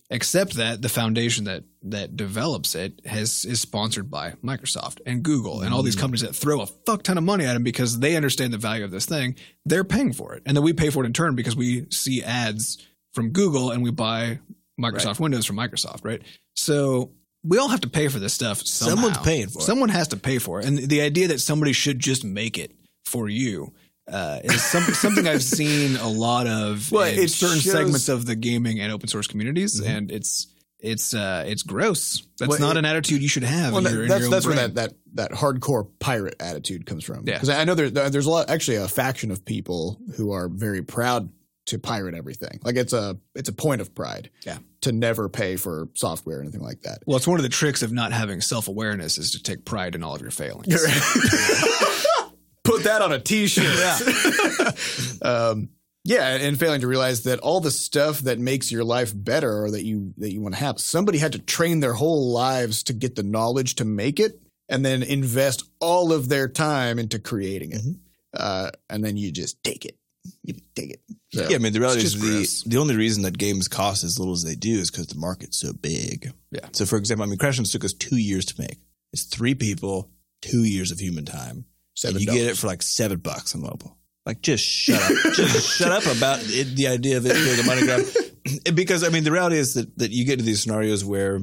Speaker 2: Except that the foundation that that develops it has is sponsored by Microsoft and Google and all
Speaker 3: Mm.
Speaker 2: these companies that throw a fuck ton of money at them because they understand the value of this thing. They're paying for it, and then we pay for it in turn because we see ads from Google and we buy Microsoft Windows from Microsoft, right? So we all have to pay for this stuff. Somehow.
Speaker 3: Someone's paying for it.
Speaker 2: Someone has to pay for it, and the idea that somebody should just make it for you uh, is some, something I've seen a lot of
Speaker 1: Well,
Speaker 2: in
Speaker 1: it
Speaker 2: certain
Speaker 1: shows-
Speaker 2: segments of the gaming and open source communities, and it's it's uh, it's gross. That's
Speaker 1: Mm-hmm. Well,
Speaker 2: not
Speaker 1: it-
Speaker 2: an attitude you should have.
Speaker 1: Well,
Speaker 2: in
Speaker 1: that-
Speaker 2: your, in
Speaker 1: that's
Speaker 2: your own
Speaker 1: that's where
Speaker 2: brain.
Speaker 1: that, that that hardcore pirate attitude comes from.
Speaker 2: Yeah.
Speaker 1: because I know there's there's a lot actually a faction of people who are very proud to pirate everything. Like it's a it's a point of pride.
Speaker 2: Yeah.
Speaker 1: to never pay for software or anything like that.
Speaker 2: Well, it's one of the tricks of not having self awareness is to take pride in all of your failings.
Speaker 1: Put that on a T-shirt. Yeah. um, yeah, and failing to realize that all the stuff that makes your life better or that you that you want to have, somebody had to train their whole lives to get the knowledge to make it, and then invest all of their time into creating it,
Speaker 3: Mhm.
Speaker 1: uh, and then you just take it, you take it. So,
Speaker 3: yeah i mean the reality
Speaker 2: It's
Speaker 3: is
Speaker 2: just gross.
Speaker 3: the, the only reason that games cost as little as they do is because the market's so big
Speaker 2: Yeah.
Speaker 3: so for example i mean crash Bandicoot took us two years to make it's three people two years of human time
Speaker 1: seven
Speaker 3: you get it for like seven bucks on mobile. Like, just shut up. just shut up about it, the idea of it being a money grab. And because, I mean, the reality is that, that you get to these scenarios where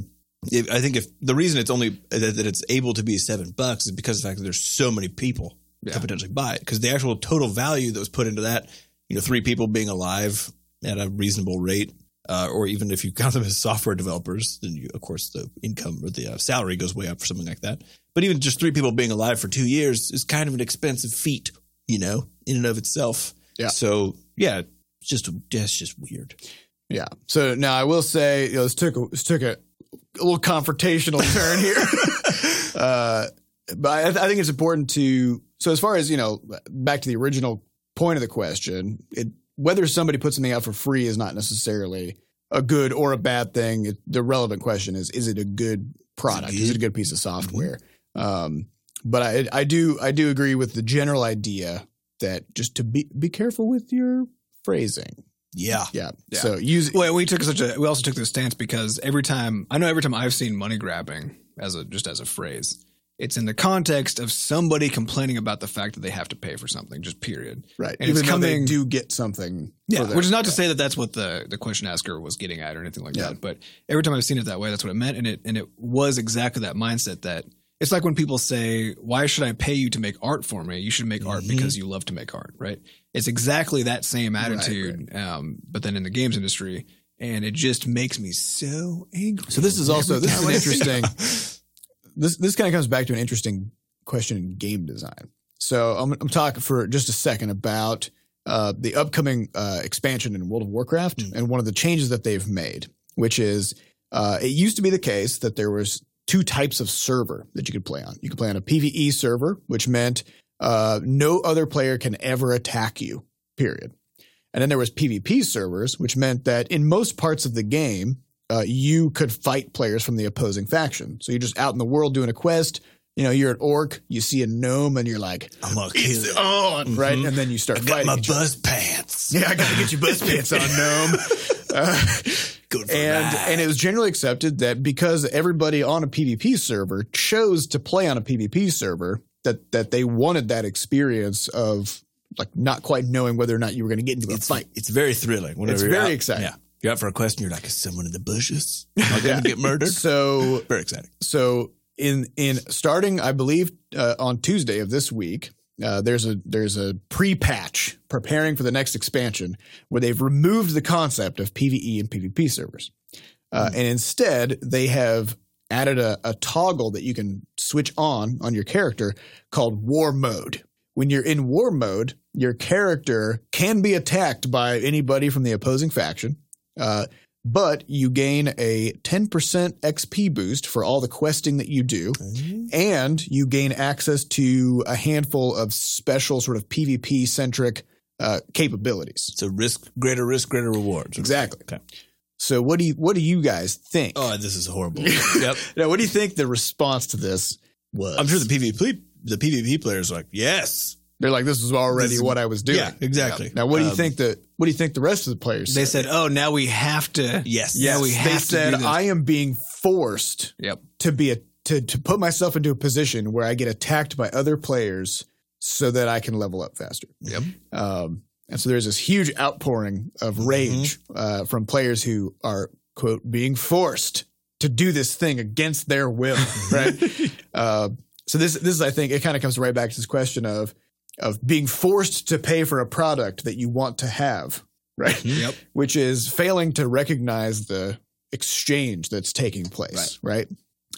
Speaker 3: if, I think if the reason it's only that, that it's able to be seven bucks is because of the fact that there's so many people
Speaker 2: Yeah.
Speaker 3: that potentially buy it. Because the actual total value that was put into that, you know, three people being alive at a reasonable rate. Uh, or even if you count them as software developers, then you, of course the income or the uh, salary goes way up for something like that. But even just three people being alive for two years is kind of an expensive feat, you know, in and of itself.
Speaker 1: Yeah.
Speaker 3: So yeah, it's just that's just weird.
Speaker 1: Yeah. So now I will say you know, this took a, this took a, a little confrontational turn here, uh, but I, I think it's important to. So as far as you know, back to the original point of the question, it, whether somebody puts something out for free is not necessarily a good or a bad thing. It, the relevant question is: Is it a good product? Is it a good piece of software? Um, but I, I do I do agree with the general idea that just to be be careful with your phrasing.
Speaker 3: Yeah.
Speaker 1: Yeah.
Speaker 2: Yeah.
Speaker 1: So use
Speaker 2: Well, we took such a we also took this stance because every time I know every time I've seen money grabbing as a just as a phrase, it's in the context of somebody complaining about the fact that they have to pay for something. Just period.
Speaker 1: Right.
Speaker 2: And
Speaker 1: Even
Speaker 2: it's
Speaker 1: though they
Speaker 2: coming-
Speaker 1: do get something.
Speaker 2: Yeah,
Speaker 1: for their-
Speaker 2: which is not to say that that's what the, the question asker was getting at or anything like
Speaker 1: Yeah.
Speaker 2: that. But every time I've seen it that way, that's what it meant, and it and it was exactly that mindset that it's like when people say, "Why should I pay you to make art for me? You should make art
Speaker 3: Mhm.
Speaker 1: Mm-hmm.
Speaker 2: because you love to make art." Right? It's exactly that same attitude, Um, but then in the games industry, and it just makes me so angry.
Speaker 1: So this is also
Speaker 2: Every
Speaker 1: this is
Speaker 2: time
Speaker 1: an
Speaker 2: I-
Speaker 1: interesting. this this kind of comes back to an interesting question in game design. So I'm I'm talking for just a second about uh, the upcoming uh, expansion in World of Warcraft
Speaker 2: Hmm.
Speaker 3: Mm.
Speaker 1: and one of the changes that they've made, which is uh, it used to be the case that there was two types of server that you could play on. You could play on a PVE server, which meant uh, no other player can ever attack you. Period. And then there was PvP servers, which meant that in most parts of the game, uh, you could fight players from the opposing faction. So you're just out in the world doing a quest. You know, you're an orc, you see a gnome, and you're like,
Speaker 3: I'm gonna kill it.
Speaker 1: on, right?
Speaker 3: Mhm.
Speaker 1: And then you start
Speaker 3: I got
Speaker 1: fighting.
Speaker 3: my
Speaker 1: each other.
Speaker 3: buzz pants.
Speaker 1: Yeah, I gotta get your buzz pants on, gnome. Uh,
Speaker 3: Good for
Speaker 1: and
Speaker 3: that.
Speaker 1: and it was generally accepted that because everybody on a PvP server chose to play on a PvP server, that that they wanted that experience of like not quite knowing whether or not you were going to get into a
Speaker 3: it's
Speaker 1: fight.
Speaker 3: It's very thrilling. Whenever
Speaker 1: It's
Speaker 3: you're
Speaker 1: very
Speaker 3: out-
Speaker 1: exciting.
Speaker 3: Yeah, you're out for a quest and you're like, is someone in the bushes? Am I gonna get murdered?
Speaker 1: So
Speaker 3: Very exciting.
Speaker 1: so in in starting, I believe uh, on Tuesday of this week, uh, there's a there's a pre patch preparing for the next expansion where they've removed the concept of PVE and PvP servers, uh, and instead they have added a, a toggle that you can switch on on your character called War Mode. When you're in War Mode, your character can be attacked by anybody from the opposing faction. Uh, but you gain a 10% XP boost for all the questing that you do, and you gain access to a handful of special sort of PvP centric uh, capabilities.
Speaker 3: So risk, greater risk, greater rewards.
Speaker 1: Exactly.
Speaker 3: Okay.
Speaker 1: So what do you what do you guys think?
Speaker 3: Oh, this is horrible. yep.
Speaker 1: now, what do you think the response to this was?
Speaker 3: I'm sure the PvP the PvP players are like, yes.
Speaker 1: they're like, "This is already
Speaker 3: This is-
Speaker 1: what I was doing."
Speaker 3: Yeah, exactly.
Speaker 1: Now, what do you
Speaker 3: Um,
Speaker 1: think the what do you think the rest of the players?
Speaker 2: They
Speaker 1: said?
Speaker 2: said, "Oh, now we have to."
Speaker 3: Yes.
Speaker 2: Yeah, we have
Speaker 1: they
Speaker 2: to
Speaker 1: said
Speaker 2: do this.
Speaker 1: I am being forced
Speaker 2: Yep.
Speaker 1: to be a to, to put myself into a position where I get attacked by other players so that I can level up faster.
Speaker 3: Yep.
Speaker 1: Um, and so there's this huge outpouring of
Speaker 2: Mm-hmm.
Speaker 1: rage uh, from players who are quote being forced to do this thing against their will, right? uh, so this this is I think it kind of comes right back to this question of of being forced to pay for a product that you want to have, right?
Speaker 2: Yep.
Speaker 1: which is failing to recognize the exchange that's taking place, right?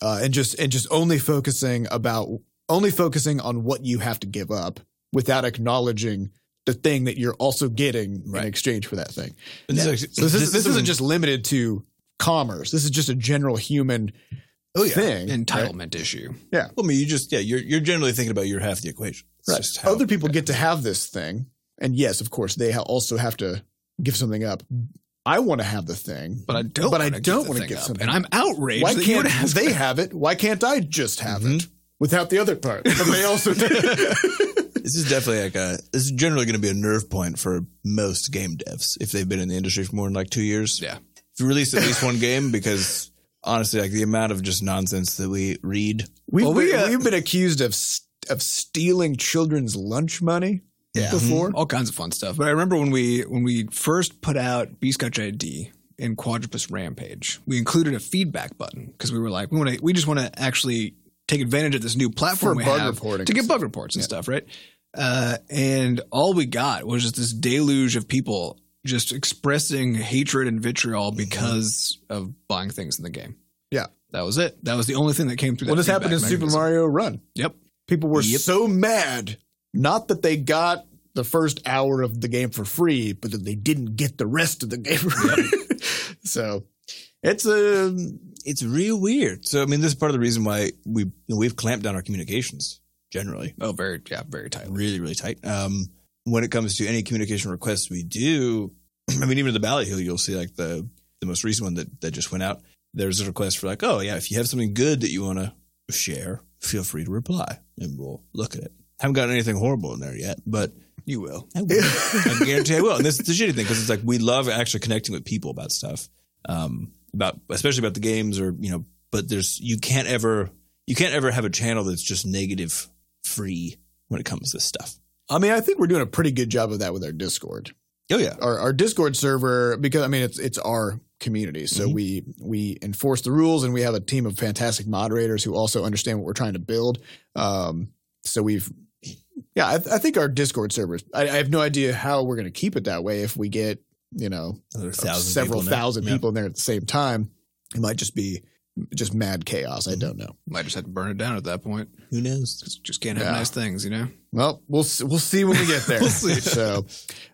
Speaker 1: Uh, and just and just only focusing about only focusing on what you have to give up without acknowledging the thing that you're also getting
Speaker 3: Right.
Speaker 1: in exchange for that thing.
Speaker 3: And this is actually-
Speaker 1: So this, is, this
Speaker 3: some-
Speaker 1: isn't just limited to commerce. This is just a general human
Speaker 3: Oh, yeah.
Speaker 1: thing. Mm-hmm. right?
Speaker 2: Entitlement issue.
Speaker 3: I mean, you just yeah, you're you're generally thinking about your half the equation. It's
Speaker 1: Right.
Speaker 3: just how-
Speaker 1: Other people get to have this thing, and yes, of course, they ha- also have to give something up. I want to have the thing,
Speaker 2: But I don't.
Speaker 1: But I
Speaker 2: wanna
Speaker 1: don't
Speaker 2: the
Speaker 1: wanna
Speaker 2: thing
Speaker 1: give
Speaker 2: up,
Speaker 1: something
Speaker 2: and I'm outraged.
Speaker 1: Why
Speaker 2: that you
Speaker 1: can't
Speaker 2: would ask
Speaker 1: they
Speaker 2: that.
Speaker 1: have it? Why can't I just have
Speaker 2: Mm-hmm.
Speaker 3: Mhm.
Speaker 1: it without the other part? But they also
Speaker 3: This is definitely like a. This is generally going to be a nerve point for most game devs if they've been in the industry for more than like two years.
Speaker 2: Yeah.
Speaker 3: if you release at least one game, because honestly, like the amount of just nonsense that we read.
Speaker 1: we've,
Speaker 2: Well,
Speaker 1: been,
Speaker 2: we,
Speaker 1: we,
Speaker 2: uh,
Speaker 1: have been accused of s- of stealing children's lunch money
Speaker 2: Yeah. Mm-hmm.
Speaker 1: before.
Speaker 2: all kinds of fun stuff. But I remember when we when we first put out Beastcotch ID and Quadrupus Rampage, we included a feedback button because we were like, we want to, we just want to actually take advantage of this new platform
Speaker 1: For
Speaker 2: we
Speaker 1: bug
Speaker 2: have
Speaker 1: reporting
Speaker 2: to
Speaker 1: and
Speaker 2: get bug reports and stuff, right? Uh, and all we got was just this deluge of people just expressing hatred and vitriol because of buying things in the game.
Speaker 1: Mm-hmm. Yeah.
Speaker 2: that was it. That was the only thing that came through.
Speaker 1: Well,
Speaker 2: that
Speaker 1: this happened in
Speaker 2: feedback
Speaker 1: Super
Speaker 2: mechanism.
Speaker 1: Mario Run.
Speaker 2: Yep.
Speaker 1: People were
Speaker 3: Yep.
Speaker 1: so mad, not that they got the first hour of the game for free, but that they didn't get the rest of the game. for free. so it's a
Speaker 3: um, It's real weird. So I mean, this is part of the reason why we we've clamped down our communications generally.
Speaker 2: Oh, very yeah, very tight.
Speaker 3: really, really tight. Um, when it comes to any communication requests we do, I mean, even the Ballyhoo, you'll see like the the most recent one that that just went out. There's a request for like, oh yeah, if you have something good that you want to share, feel free to reply, and we'll look at it. Haven't gotten anything horrible in there yet, but
Speaker 2: You will.
Speaker 3: I, will. I guarantee I will. And this is the shitty thing because it's like we love actually connecting with people about stuff, um, about especially about the games or you know. But there's you can't ever you can't ever have a channel that's just negative free when it comes to stuff.
Speaker 1: I mean, I think we're doing a pretty good job of that with our Discord.
Speaker 3: Oh yeah,
Speaker 1: our, our Discord server because I mean it's it's our community, so
Speaker 3: Mhm.
Speaker 1: we we enforce the rules, and we have a team of fantastic moderators who also understand what we're trying to build. Um, so we've yeah, I, I think our Discord servers. I, I have no idea how we're going to keep it that way if we get you know
Speaker 3: Another
Speaker 1: several
Speaker 3: people now.
Speaker 1: thousand
Speaker 3: Yeah.
Speaker 1: people in there at the same time. It might just be just mad chaos. I don't know.
Speaker 2: Might just have to burn it down at that point.
Speaker 3: Who knows?
Speaker 2: Just, just can't have
Speaker 1: Yeah.
Speaker 2: nice things, you know.
Speaker 1: Well, we'll s- we'll see when we get there.
Speaker 2: We'll see.
Speaker 1: So,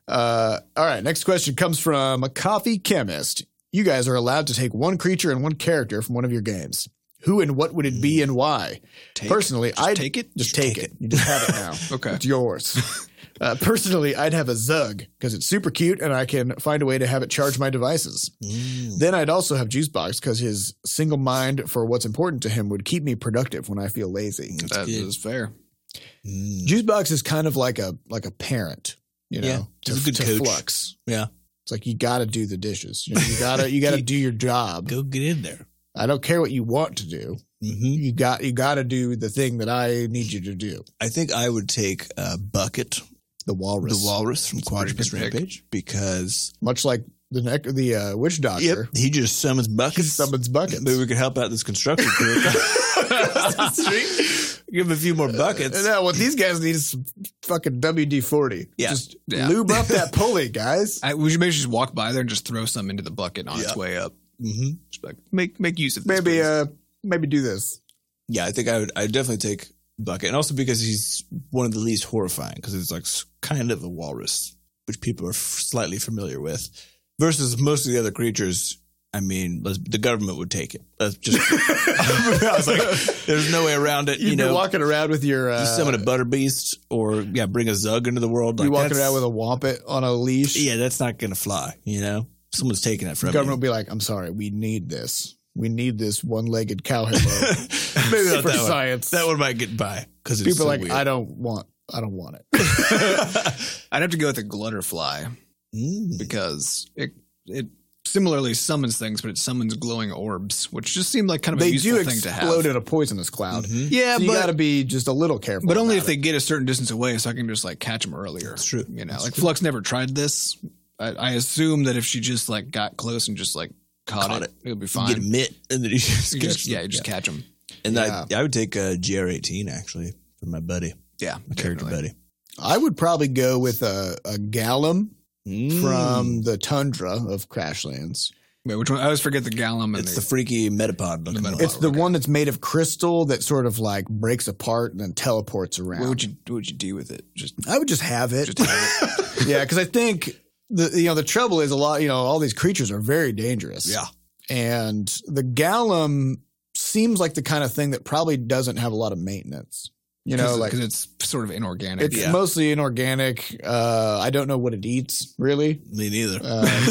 Speaker 1: uh, all right. Next question comes from a coffee chemist. You guys are allowed to take one creature and one character from one of your games. Who and what would it be and why?
Speaker 2: Take,
Speaker 1: Personally,
Speaker 2: just
Speaker 1: I'd
Speaker 2: take it.
Speaker 1: just take, it. You just have it now.
Speaker 2: Okay.
Speaker 1: It's yours. Uh, personally, I'd have a Zug because it's super cute and I can find a way to have it charge my devices. Then I'd also have Juicebox because his single mind for what's important to him would keep me productive when I feel lazy.
Speaker 3: That's
Speaker 2: That
Speaker 3: good.
Speaker 2: is fair.
Speaker 3: Mm.
Speaker 1: Juicebox is kind of like a like a parent, you know,
Speaker 3: Yeah,
Speaker 1: to,
Speaker 3: he's a good
Speaker 1: to
Speaker 3: coach.
Speaker 1: Flux.
Speaker 3: Yeah.
Speaker 1: It's like you got to do the dishes. You, know, you gotta you gotta do your job.
Speaker 3: Go get in there.
Speaker 1: I don't care what you want to do.
Speaker 3: Mm-hmm.
Speaker 1: You got you got to do the thing that I need you to do.
Speaker 3: I think I would take uh, Bucket,
Speaker 1: The walrus,
Speaker 3: the walrus from Quadrupus
Speaker 2: pretty good pick.
Speaker 3: Rampage, because
Speaker 1: much like the neck the uh, witch doctor
Speaker 3: he just summons buckets.
Speaker 1: summons buckets.
Speaker 3: Maybe we could help out this construction crew across the street. Give him a few more buckets.
Speaker 1: No, uh, what these guys need is some fucking WD forty.
Speaker 3: Yeah.
Speaker 1: Just
Speaker 2: Yeah.
Speaker 1: lube up that pulley, guys.
Speaker 2: I, we should maybe just walk by there and just throw some into the bucket on
Speaker 3: Yeah.
Speaker 2: its way up.
Speaker 3: hmm
Speaker 2: Just like make make use of this.
Speaker 1: Maybe
Speaker 2: please.
Speaker 1: uh maybe do this.
Speaker 3: Yeah, I think I would. I would definitely take bucket, and also because he's one of the least horrifying because it's like s- kind of a walrus, which people are f- slightly familiar with, versus most of the other creatures. I mean, let's, the government would take it. That's just. I was like, there's no way around it.
Speaker 1: You'd
Speaker 3: You
Speaker 1: be
Speaker 3: know,
Speaker 1: walking around with your uh,
Speaker 3: you summon a butter beast, or yeah, bring a zug into the world.
Speaker 1: you
Speaker 3: like,
Speaker 1: walking
Speaker 3: that's-
Speaker 1: around with a wampet on a leash.
Speaker 3: Yeah, that's not going to fly. You know, someone's taking that
Speaker 1: The
Speaker 3: from
Speaker 1: government will be like, I'm sorry, we need this. We need this one legged cow hippo.
Speaker 3: you.
Speaker 1: Maybe that's for
Speaker 3: Not that one.
Speaker 1: science.
Speaker 3: That one might get by because
Speaker 1: People
Speaker 3: it's so
Speaker 1: are like,
Speaker 3: weird.
Speaker 1: I don't want I don't want it.
Speaker 2: I'd have to go with the glutterfly
Speaker 3: Mm.
Speaker 2: because it it similarly summons things, but it summons glowing orbs, which just seemed like kind of a
Speaker 1: they
Speaker 2: useful
Speaker 1: do
Speaker 2: thing to
Speaker 1: explode
Speaker 2: have.
Speaker 1: in a poisonous cloud.
Speaker 3: Mhm.
Speaker 2: Mm-hmm. Yeah,
Speaker 1: So you
Speaker 2: but
Speaker 1: gotta be just a little careful.
Speaker 2: but only
Speaker 1: about
Speaker 2: if they get a certain distance away, so I can just like catch them earlier.
Speaker 3: That's true.
Speaker 2: You know,
Speaker 3: That's
Speaker 2: like
Speaker 3: true.
Speaker 2: Flux never tried this. I, I assume that if she just like got close and just like caught,
Speaker 3: Caught
Speaker 2: it, it, would be
Speaker 3: You
Speaker 2: fine.
Speaker 3: Get a mitt, and then you just,
Speaker 2: You just- yeah, you just catch them.
Speaker 3: And I, I would take uh, GR18 actually for my buddy,
Speaker 2: Yeah,
Speaker 3: my character
Speaker 2: definitely.
Speaker 3: buddy
Speaker 1: I would probably go with a, a Gallum
Speaker 2: Mm.
Speaker 1: from the tundra of Crashlands.
Speaker 2: Wait, which one? I always forget the Gallum and
Speaker 3: Mm. It's the
Speaker 2: the.
Speaker 3: freaky metapod looking
Speaker 2: metapod.
Speaker 3: one.
Speaker 1: It's the one that's made of crystal that sort of like breaks apart and then teleports around.
Speaker 2: what would you what would you do with it? Just
Speaker 1: I would just have it.
Speaker 2: just have it.
Speaker 1: yeah, because I think the you know the trouble is a lot. You know, all these creatures are very dangerous.
Speaker 3: Yeah.
Speaker 1: and the Gallum seems like the kind of thing that probably doesn't have a lot of maintenance. You know, like
Speaker 2: because it's sort of inorganic.
Speaker 1: it's
Speaker 3: yeah.
Speaker 1: mostly inorganic. Uh, I don't know what it eats really.
Speaker 3: Me neither.
Speaker 1: Um,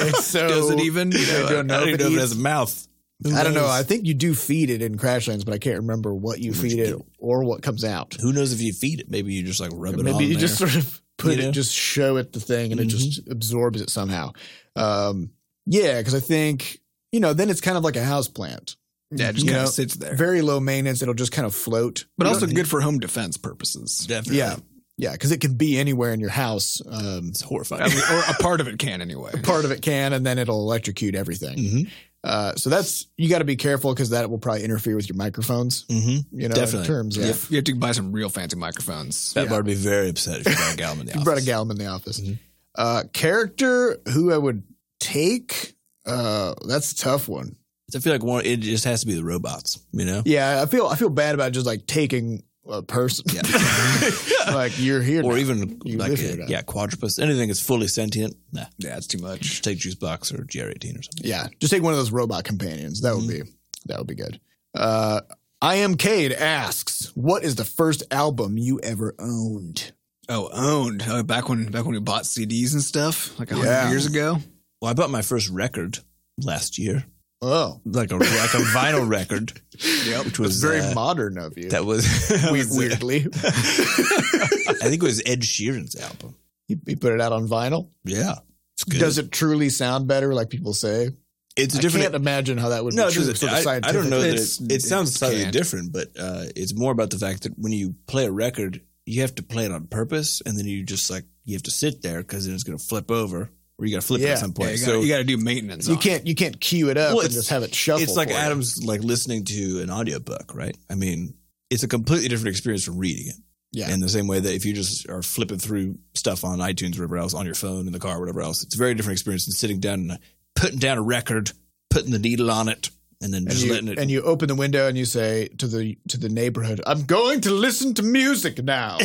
Speaker 1: and so
Speaker 2: Does it even? You know,
Speaker 1: I don't know.
Speaker 3: I don't
Speaker 1: if
Speaker 3: even
Speaker 1: it
Speaker 3: know if it
Speaker 1: eats.
Speaker 3: has a mouth. Who
Speaker 1: I don't know.
Speaker 3: knows?
Speaker 1: I think you do feed it in Crashlands, but I can't remember what you
Speaker 3: What
Speaker 1: feed
Speaker 3: you
Speaker 1: it or what comes out.
Speaker 3: Who knows if you feed it? Maybe you just like rub it on
Speaker 1: Maybe you
Speaker 3: there.
Speaker 1: just sort of put
Speaker 3: You know?
Speaker 1: it, just show it the thing, and it
Speaker 2: Mm-hmm.
Speaker 1: just absorbs it somehow. Um, yeah, because I think you know, then it's kind of like a house plant.
Speaker 2: Yeah, it just
Speaker 1: You
Speaker 2: kind
Speaker 1: know,
Speaker 2: of sits there.
Speaker 1: Very low maintenance. It'll just kind of float.
Speaker 2: But also good for home defense purposes.
Speaker 3: Definitely.
Speaker 1: Yeah, yeah, because it can be anywhere in your house. Um,
Speaker 3: It's horrifying.
Speaker 2: I mean, or a part of it can anyway.
Speaker 1: part of it can, and then it'll electrocute everything.
Speaker 2: Mm.
Speaker 3: Mhm.
Speaker 1: Uh, so that's you got to be careful because that will probably interfere with your microphones.
Speaker 3: Mhm.
Speaker 1: You know,
Speaker 3: Definitely.
Speaker 1: in terms of
Speaker 2: You have- you have to buy some real fancy microphones.
Speaker 3: That bar would be very upset if you brought a Galman in
Speaker 1: You
Speaker 3: the office.
Speaker 1: brought a Gallum in the office.
Speaker 2: Mm-hmm.
Speaker 3: Mhm.
Speaker 1: Uh, character who I would take. Uh, that's a tough one.
Speaker 3: I feel like one, it just has to be the robots, you know?
Speaker 1: Yeah, I feel I feel bad about just like taking a person. like you're here,
Speaker 3: or e-,
Speaker 1: now.
Speaker 3: even
Speaker 1: You
Speaker 3: like
Speaker 1: live
Speaker 3: a,
Speaker 1: here now.
Speaker 3: yeah, quadrupus. Anything that's fully sentient, nah.
Speaker 2: Yeah, it's too much.
Speaker 3: Just take juice box or GR18 or something.
Speaker 1: yeah, just take one of those robot companions. That
Speaker 3: Mm-hmm.
Speaker 1: would be that would be good. Uh, I am Cade asks, what is the first album you ever owned?
Speaker 2: Oh, owned. Oh, back when back when we bought CDs and stuff, like a hundred
Speaker 1: Yeah.
Speaker 2: years ago.
Speaker 3: Well, I bought my first record last year,
Speaker 1: Oh,
Speaker 3: like a like a vinyl record, which was
Speaker 1: very
Speaker 3: uh,
Speaker 1: modern of you.
Speaker 3: that was, that
Speaker 1: We-
Speaker 3: was, uh,
Speaker 1: weirdly,
Speaker 3: I think it was Ed Sheeran's album.
Speaker 1: you, you put it out on vinyl.
Speaker 3: Yeah, it's good.
Speaker 1: Does it truly sound better, like people say?
Speaker 3: it's a
Speaker 1: I
Speaker 3: different.
Speaker 1: can't imagine how that would
Speaker 3: no,
Speaker 1: be
Speaker 3: it
Speaker 1: true.
Speaker 3: doesn't-
Speaker 1: sort of
Speaker 3: I, I don't
Speaker 1: scientifically.
Speaker 3: know. That
Speaker 2: It's-
Speaker 3: it, it sounds
Speaker 2: it
Speaker 3: slightly
Speaker 2: can't.
Speaker 3: different, but uh, it's more about the fact that when you play a record, you have to play it on purpose, and then you just like you have to sit there because then it's going to flip over, or you got to flip it
Speaker 1: Yeah.
Speaker 3: at some
Speaker 2: Yeah,
Speaker 3: point.
Speaker 2: you, gotta,
Speaker 3: so
Speaker 2: you gotta do maintenance.
Speaker 1: You
Speaker 2: on it.
Speaker 1: can't you can't cue it up
Speaker 3: Well,
Speaker 1: and
Speaker 3: it's-
Speaker 1: just have it shuffle.
Speaker 3: it's like
Speaker 1: for you.
Speaker 3: Adam's like listening to an audiobook, right? I mean, it's a completely different experience from reading it.
Speaker 1: Yeah.
Speaker 3: In the same way that if you just are flipping through stuff on iTunes or whatever else, on your phone, in the car, whatever else, it's a very different experience than sitting down and putting down a record, putting the needle on it, and then
Speaker 1: And
Speaker 3: just
Speaker 1: you,
Speaker 3: letting it.
Speaker 1: and you open the window and you say to the to the neighborhood, "I'm going to listen to music now."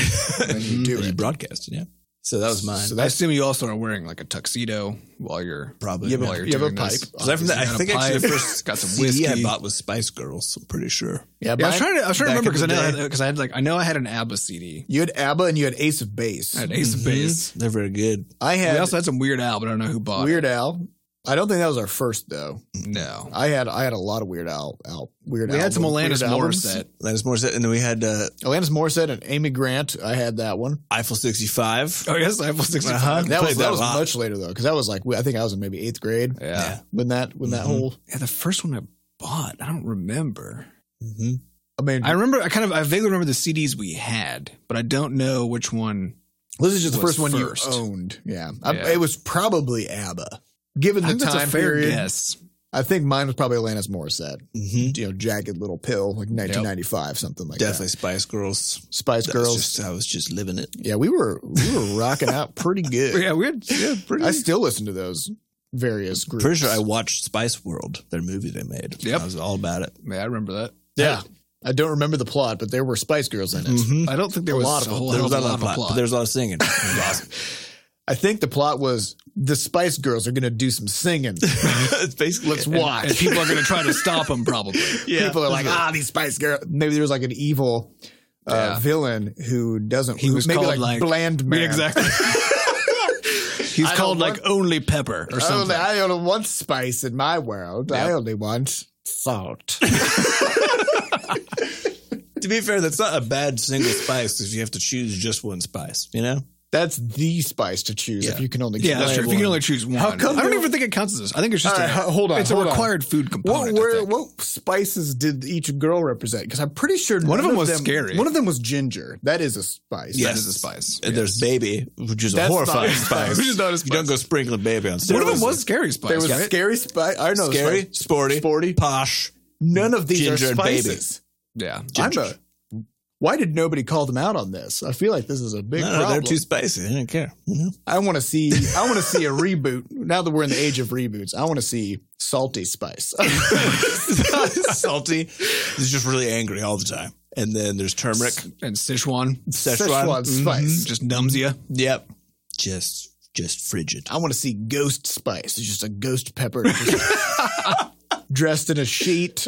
Speaker 1: and you do
Speaker 3: and you
Speaker 1: it.
Speaker 3: broadcast it, yeah. So that was mine.
Speaker 1: So
Speaker 2: I
Speaker 1: that's
Speaker 2: assume you also are wearing like a tuxedo while you're
Speaker 3: Probably.
Speaker 1: you have
Speaker 2: while
Speaker 1: a,
Speaker 2: you're
Speaker 1: you have a
Speaker 2: doing
Speaker 1: pipe.
Speaker 2: this.
Speaker 3: Aside from that, I
Speaker 2: Got a
Speaker 3: think actually the
Speaker 2: pipe,
Speaker 3: first
Speaker 2: got some
Speaker 3: CD I
Speaker 2: whiskey.
Speaker 3: bought was Spice Girls. I'm pretty sure.
Speaker 1: Yeah,
Speaker 2: Yeah, I was
Speaker 1: mine-
Speaker 2: trying to I was trying to
Speaker 3: Back
Speaker 2: remember
Speaker 3: in
Speaker 2: because I
Speaker 3: the
Speaker 2: know because I had like I know I had an ABBA CD.
Speaker 1: you had ABBA and you had Ace of Base.
Speaker 2: I had Ace of Base.
Speaker 3: Mm-hmm. They're very good.
Speaker 1: I
Speaker 2: We
Speaker 1: had
Speaker 2: also had some Weird Al, but I don't know who bought it.
Speaker 1: Weird Al. I don't think that was our first though.
Speaker 2: No.
Speaker 1: I had I had a lot of Weird Al, Al Weird
Speaker 2: We had some
Speaker 1: album-
Speaker 2: Alanis
Speaker 1: Weird albums.
Speaker 2: Morissette.
Speaker 3: Alanis Morissette, and then we had uh,
Speaker 1: Alanis Morissette and Amy Grant. I had that one.
Speaker 3: Eiffel 65.
Speaker 2: Oh, yes, Eiffel 65.
Speaker 3: Uh-huh.
Speaker 1: That
Speaker 3: Played
Speaker 1: was
Speaker 3: that
Speaker 1: that
Speaker 3: a
Speaker 1: was
Speaker 3: lot.
Speaker 1: much later though, because that was like I think I was in maybe eighth grade
Speaker 2: Yeah.
Speaker 3: Yeah.
Speaker 2: yeah.
Speaker 1: when that when that
Speaker 2: Mm-hmm.
Speaker 3: Mhm.
Speaker 1: whole.
Speaker 2: the first one I bought, I don't remember.
Speaker 3: hmm
Speaker 1: I mean,
Speaker 2: I remember, I kind of, I vaguely remember the CDs we had, but I don't know which one.
Speaker 1: this is just the
Speaker 2: was
Speaker 1: first one you
Speaker 2: first.
Speaker 1: owned. Yeah, I,
Speaker 2: Yeah.
Speaker 1: it was probably ABBA. Given
Speaker 2: I
Speaker 1: the
Speaker 2: think that's
Speaker 1: time
Speaker 2: a fair
Speaker 1: period,
Speaker 2: guess.
Speaker 1: I think mine was probably Alanis Morissette.
Speaker 3: hmm
Speaker 1: You know, Jagged Little Pill, like 1995, something like
Speaker 3: Definitely Spice Girls.
Speaker 1: that. Spice
Speaker 3: That was
Speaker 1: Girls.
Speaker 3: just- I was just living it.
Speaker 1: yeah, we were we were rocking out pretty good.
Speaker 2: Yeah, we had, yeah, pretty.
Speaker 1: I still listen to those various groups.
Speaker 3: Pretty sure I watched Spice World, their movie they made.
Speaker 2: Yep.
Speaker 3: I was all about it.
Speaker 2: yeah, Mm-hmm. I remember that.
Speaker 1: yeah, I don't remember the plot, but there were Spice Girls in it.
Speaker 3: Mhm.
Speaker 2: I don't think there
Speaker 1: A
Speaker 2: was
Speaker 1: lot of
Speaker 2: a
Speaker 1: them.
Speaker 2: whole
Speaker 3: There was
Speaker 2: hell
Speaker 3: not
Speaker 2: of
Speaker 3: a lot of plot, but there was a lot of singing. It was awesome.
Speaker 1: I think the plot was the Spice Girls are going to do some singing.
Speaker 3: it's basically
Speaker 1: Let's
Speaker 3: it.
Speaker 1: watch.
Speaker 2: and people are going to try to stop him, probably.
Speaker 3: Yeah.
Speaker 1: People are like, ah, these Spice Girls. Maybe there was like an evil uh,
Speaker 2: Yeah.
Speaker 1: villain who doesn't.
Speaker 2: He
Speaker 1: who-
Speaker 2: was
Speaker 1: maybe
Speaker 2: called,
Speaker 1: like,
Speaker 2: like-
Speaker 1: Bland Man.
Speaker 2: Exactly. He's
Speaker 1: I
Speaker 2: called
Speaker 1: don't
Speaker 2: like Only Pepper or
Speaker 1: I only,
Speaker 2: something.
Speaker 1: I only want spice in my world. I
Speaker 2: Yep.
Speaker 1: only want salt.
Speaker 3: To be fair, that's not a bad single spice if you have to choose just one spice, you know?
Speaker 1: That's the spice to choose if
Speaker 3: Yeah.
Speaker 1: you can only.
Speaker 2: Yeah, that's
Speaker 1: choose
Speaker 2: true. If you
Speaker 1: one.
Speaker 2: can only choose one,
Speaker 1: How come
Speaker 2: I don't
Speaker 1: there-
Speaker 2: even think it counts as this. I think it's just
Speaker 1: All
Speaker 2: a,
Speaker 1: right, ho- hold on,
Speaker 2: It's a
Speaker 1: hold on.
Speaker 2: required food
Speaker 1: What
Speaker 2: component. I
Speaker 1: were
Speaker 2: think.
Speaker 1: what spices did each girl represent? Because I'm pretty sure
Speaker 2: One of
Speaker 1: none
Speaker 2: them was scary.
Speaker 1: One of them was ginger. That is a spice.
Speaker 3: Yeah.
Speaker 2: That is a
Speaker 1: Uh,
Speaker 2: spice.
Speaker 3: And there's baby, which is
Speaker 1: That's not
Speaker 3: a horrifying
Speaker 1: a
Speaker 3: spice.
Speaker 1: spice. Which is
Speaker 2: not a spice.
Speaker 3: You don't go sprinkling baby on
Speaker 2: One of
Speaker 3: steroids.
Speaker 2: them was scary spice.
Speaker 1: There was
Speaker 2: right?
Speaker 1: scary spice. I know
Speaker 3: scary,
Speaker 1: spice.
Speaker 3: sporty,
Speaker 1: sporty.
Speaker 3: posh.
Speaker 1: None of these
Speaker 3: Ginger
Speaker 1: are
Speaker 3: and baby.
Speaker 1: spices.
Speaker 2: Yeah.
Speaker 1: I'm a, why did nobody call them out on this? I feel like this is a big
Speaker 3: No, no,
Speaker 1: problem.
Speaker 3: they're too spicy. They don't care. You know?
Speaker 1: I want to see. I want to see a reboot. Now that we're in the age of reboots, I want to see salty spice.
Speaker 3: Salty. He's just really angry all the time. And then there's turmeric,
Speaker 2: And Sichuan. Mm-hmm.
Speaker 3: Szechuan.
Speaker 1: Szechuan spice.
Speaker 2: Just numbs you.
Speaker 3: Yep. Just, just frigid.
Speaker 1: I want to see ghost spice. It's just a ghost pepper dressed in a sheet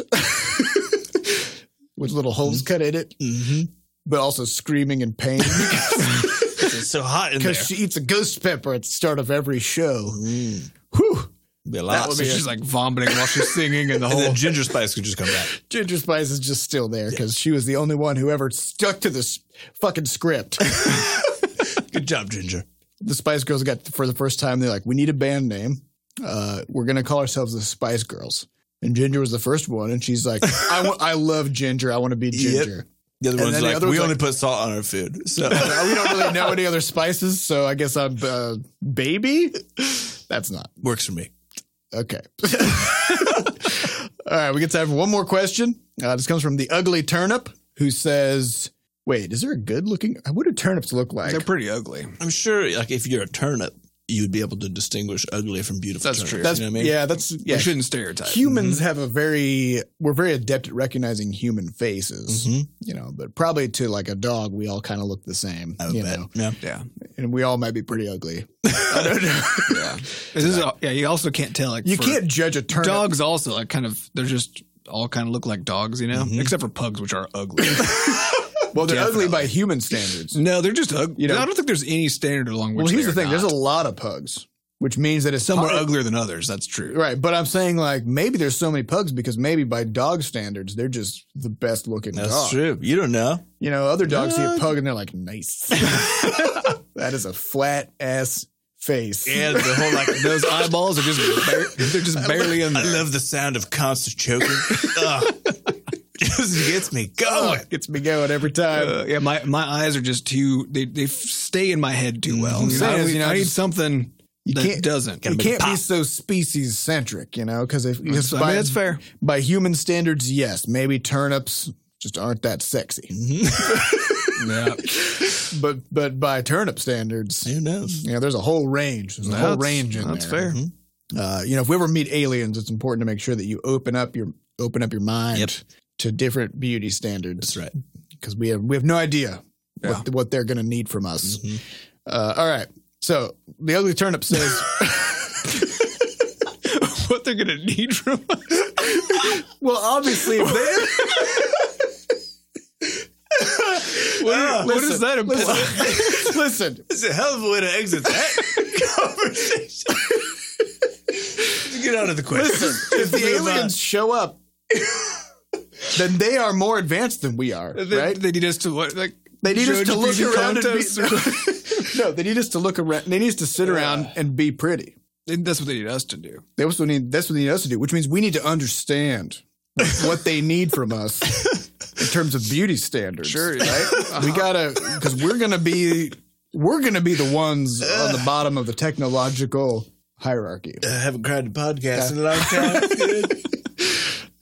Speaker 1: with little holes cut in it,
Speaker 3: Mm-hmm.
Speaker 1: but also screaming in pain
Speaker 3: It's so hot in there.
Speaker 1: because she eats a ghost pepper at the start of every show.
Speaker 3: Mm.
Speaker 1: Whew.
Speaker 3: Be a
Speaker 1: That
Speaker 3: lot.
Speaker 1: would
Speaker 2: So
Speaker 1: be
Speaker 2: she's like vomiting while she's singing and the
Speaker 3: and
Speaker 2: whole.
Speaker 3: then ginger spice could just come back.
Speaker 1: Ginger Spice is just still there because she was the only one who ever stuck to this fucking script.
Speaker 3: Good job, Ginger.
Speaker 1: the Spice Girls got for the first time. They're like, we need a band name. Uh, we're gonna call ourselves the Spice Girls. And Ginger was the first one, and she's like, I wa- I love Ginger. I want to be Ginger.
Speaker 3: The other
Speaker 1: And
Speaker 3: one's
Speaker 1: then the
Speaker 3: like,
Speaker 1: other
Speaker 3: we
Speaker 1: one's
Speaker 3: only put salt on our food. So
Speaker 1: Uh, we don't really know any other spices, so I guess I'm uh, baby. That's not
Speaker 3: works for me.
Speaker 1: okay. All right, we get time for one more question. Uh, this comes from the ugly turnip, who says, "Wait, is there a good looking? What do turnips look like?"
Speaker 2: They're pretty ugly.
Speaker 3: I'm sure, like, if you're a turnip, you'd be able to distinguish ugly from beautiful.
Speaker 2: That's
Speaker 3: turnips,
Speaker 2: true.
Speaker 1: that's
Speaker 3: you know what I mean?
Speaker 1: yeah, that's yeah.
Speaker 2: You shouldn't stereotype.
Speaker 1: humans have a very we're very adept at recognizing human faces
Speaker 3: Mhm.
Speaker 1: you know but probably to like a dog we all kind of look the same
Speaker 3: I would
Speaker 1: you
Speaker 3: bet.
Speaker 1: know
Speaker 3: Yeah.
Speaker 2: Yeah.
Speaker 1: and we all might be pretty ugly i don't know
Speaker 2: Yeah. This is a, yeah. You also can't tell. Like
Speaker 1: you
Speaker 2: for-
Speaker 1: can't judge a turnip
Speaker 2: Dogs also like kind of. They're just all kind of look like dogs, you know,
Speaker 1: Mm-hmm.
Speaker 3: Mhm.
Speaker 2: except for pugs, which are ugly.
Speaker 1: well they're
Speaker 2: Definitely.
Speaker 1: ugly by human standards
Speaker 2: no, they're just ugly.
Speaker 1: You know-
Speaker 2: I don't think there's any standard along which.
Speaker 1: well here's
Speaker 2: they
Speaker 1: the
Speaker 2: are
Speaker 1: thing
Speaker 2: not.
Speaker 1: there's a lot of pugs which means that it's
Speaker 2: Some are
Speaker 1: probably-
Speaker 2: uglier than others. That's true.
Speaker 1: right but i'm saying like maybe there's so many pugs because maybe by dog standards they're just the best looking
Speaker 3: That's
Speaker 1: dog
Speaker 3: true. You don't know.
Speaker 1: you know other dogs see
Speaker 3: Yeah.
Speaker 1: a pug and they're like nice that is a flat ass face
Speaker 3: And the whole, like,
Speaker 2: Those eyeballs are just bar- they're just barely in
Speaker 3: I
Speaker 2: there.
Speaker 3: love the sound of constant choking. Ugh. Just gets me
Speaker 1: Oh,
Speaker 3: going.
Speaker 1: it gets me going every time.
Speaker 2: Uh, yeah, my, my eyes are just too they they f- stay in my head too well.
Speaker 1: Mhm.
Speaker 2: You know, I,
Speaker 1: Same as,
Speaker 2: need-
Speaker 1: you know,
Speaker 2: I need
Speaker 1: just-
Speaker 2: something that
Speaker 1: can't-
Speaker 2: doesn't.
Speaker 1: you can't be so species centric, you know, because if
Speaker 2: That's,
Speaker 1: because
Speaker 2: I
Speaker 1: by,
Speaker 2: mean, that's fair.
Speaker 1: by human standards, yes, maybe turnips just aren't that sexy, Mm-hmm.
Speaker 2: Yeah,
Speaker 1: but but by turnip standards,
Speaker 3: Who knows?
Speaker 1: you know, there's a whole range. There's a whole
Speaker 2: That's-
Speaker 1: range in
Speaker 2: that's
Speaker 1: there.
Speaker 2: fair.
Speaker 3: Mhm.
Speaker 1: Uh, you know, if we ever meet aliens, it's important to make sure that you open up your open up your mind
Speaker 3: Yep.
Speaker 1: to different beauty standards
Speaker 3: That's right.
Speaker 1: because we have we have no idea
Speaker 2: Yeah.
Speaker 1: what, what they're going to need from us.
Speaker 3: Mhm.
Speaker 1: Uh, all right, so the ugly turnip says.
Speaker 2: what they're gonna need from us.
Speaker 1: Well, obviously, if they. what,
Speaker 3: Ah,
Speaker 2: what does that imply?
Speaker 1: Listen, listen,
Speaker 3: It's a hell of a way to exit that conversation. get out of the question.
Speaker 1: if the aliens show up, then they are more advanced than we are,
Speaker 2: They,
Speaker 1: right?
Speaker 2: they need us to what? Like
Speaker 1: They need us
Speaker 2: judge
Speaker 1: to
Speaker 2: a
Speaker 1: look
Speaker 2: beauty
Speaker 1: around and
Speaker 2: contest or-
Speaker 1: be. no, they need us to look around. They need us to sit around and be pretty.
Speaker 2: And that's what they need us to do.
Speaker 1: That's what, need, that's what they need us to do, which means we need to understand what they need from us in terms of beauty standards.
Speaker 2: Sure,
Speaker 1: right? we gotta because we're gonna be we're gonna be the ones on the bottom of the technological hierarchy.
Speaker 3: I haven't cried in a podcast in a long time.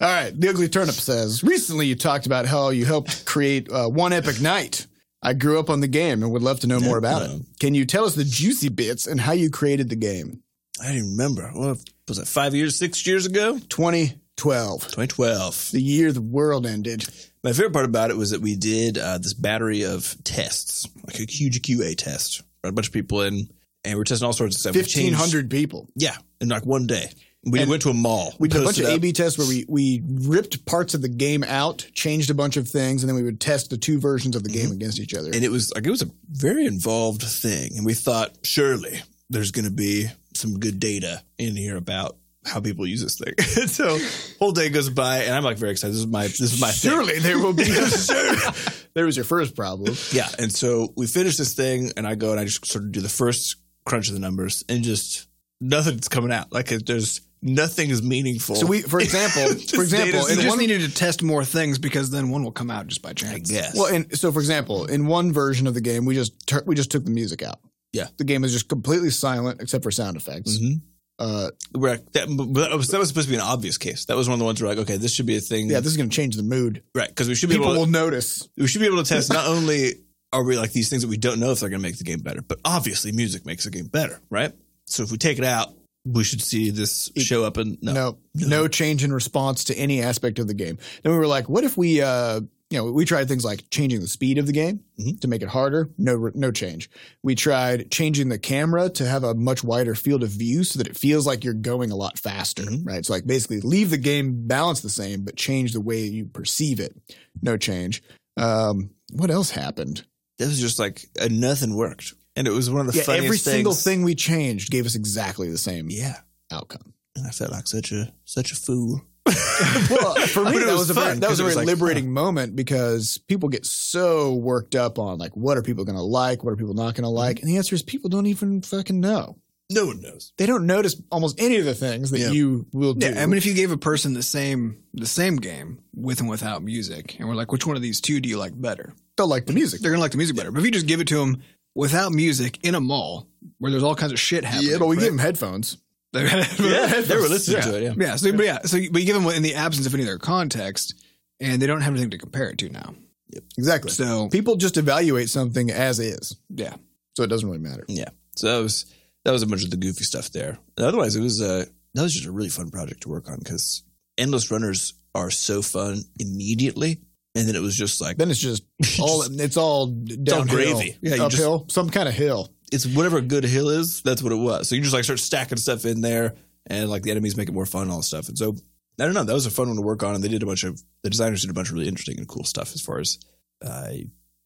Speaker 1: All right, the ugly turnip says. Recently, you talked about how you helped create uh, one epic night. I grew up on the game and would love to know more about it. Can you tell us the juicy bits and how you created the game?
Speaker 3: I didn't remember. What was it? Five years, six years ago,
Speaker 1: 2012,
Speaker 3: 2012.
Speaker 1: the year the world ended.
Speaker 3: My favorite part about it was that we did uh, this battery of tests, like a huge QA test. Brought a bunch of people in, and we were testing all sorts of stuff. We changed-
Speaker 1: 1,500 people.
Speaker 3: yeah, in like one day. We
Speaker 1: And
Speaker 3: went to a mall.
Speaker 1: We did a bunch
Speaker 3: posted
Speaker 1: of
Speaker 3: up-
Speaker 1: A/B tests where we we ripped parts of the game out, changed a bunch of things, and then we would test the two versions of the game against each other.
Speaker 3: Mm-hmm. and it was like it was a very involved thing. And we thought surely there's going to be some good data in here about how people use this thing. And so whole day goes by, and I'm like very excited. This is my this is my thing.
Speaker 1: Surely there will be. there was your first problem.
Speaker 3: Yeah. And so we finish this thing, and I go and I just sort of do the first crunch of the numbers, and just nothing's coming out. Like it- there's nothing is meaningful.
Speaker 1: So we, for example,
Speaker 3: Just
Speaker 1: for example,
Speaker 3: data's
Speaker 2: You
Speaker 1: in
Speaker 2: just
Speaker 1: one
Speaker 2: needed to test more things because then one will come out just by chance.
Speaker 3: yes.
Speaker 1: Well, and so for example, in one version of the game, we just tur- we just took the music out.
Speaker 3: Yeah.
Speaker 1: the game is just completely silent except for sound effects.
Speaker 3: Mhm.
Speaker 1: Uh,
Speaker 3: We're like, that, that, was, that was supposed to be an obvious case. That was one of the ones where like, okay, this should be a thing.
Speaker 1: yeah, this is going to change the mood.
Speaker 3: right. Because we should be
Speaker 1: People
Speaker 3: able to,
Speaker 1: will notice.
Speaker 3: we should be able to test not only are we like these things that we don't know if they're going to make the game better, but obviously music makes the game better, right? So if we take it out, we should see this show up and
Speaker 1: No.
Speaker 3: no,
Speaker 1: No, change in response to any aspect of the game. Then we were like, what if we, uh, you know, we tried things like changing the speed of the game
Speaker 3: Mhm.
Speaker 1: to make it harder. No, no change. We tried changing the camera to have a much wider field of view so that it feels like you're going a lot faster,
Speaker 3: Mhm.
Speaker 1: right? So like basically leave the game balance the same, but change the way you perceive it. No change. Um, what else happened?
Speaker 3: that was just like uh, nothing worked, and it was one of the
Speaker 1: Yeah,
Speaker 3: funniest
Speaker 1: every
Speaker 3: things.
Speaker 1: single thing we changed gave us exactly the same
Speaker 3: Yeah,
Speaker 1: outcome.
Speaker 3: and I felt like such a such a fool.
Speaker 1: Well, for
Speaker 3: I
Speaker 1: me,
Speaker 3: mean, it
Speaker 1: that was,
Speaker 3: was
Speaker 1: a very,
Speaker 3: fun
Speaker 1: that was
Speaker 3: 'cause
Speaker 1: a
Speaker 3: it
Speaker 1: very
Speaker 3: was like,
Speaker 1: liberating moment because people get so worked up on like what are people going to like, what are people not going to like, and the answer is people don't even fucking know.
Speaker 3: uh, No one knows.
Speaker 1: They don't notice almost any of the things that
Speaker 3: Yeah.
Speaker 1: you will do.
Speaker 2: Yeah, I mean, if you gave a person the same the same game with and without music, and we're like, which one of these two do you like better?
Speaker 1: they'll like the music.
Speaker 2: They're gonna like the music better. But if you just give it to them without music in a mall where there's all kinds of shit happening,
Speaker 1: but we
Speaker 2: right?
Speaker 1: gave them headphones.
Speaker 3: Yeah, they were listening
Speaker 1: Yeah.
Speaker 3: to it. Yeah,
Speaker 2: yeah. So, but yeah, so you- but you give them in the absence of any other context, and they don't have anything to compare it to now.
Speaker 1: Exactly.
Speaker 2: So
Speaker 1: people just evaluate something as is,
Speaker 2: yeah,
Speaker 1: so it doesn't really matter.
Speaker 3: so that was that was a bunch of the goofy stuff there. Otherwise, it was uh, that was just a really fun project to work on because endless runners are so fun immediately, and then it was just like
Speaker 1: Then it's just all it's all downhill,
Speaker 3: all gravy. Yeah, you just-
Speaker 1: uphill, some kind of hill.
Speaker 3: it's whatever a good hill is, that's what it was. So you just like start stacking stuff in there and like the enemies make it more fun, and all this stuff. And so I don't know, that was a fun one to work on. And they did a bunch of the designers did a bunch of really interesting and cool stuff as far as uh,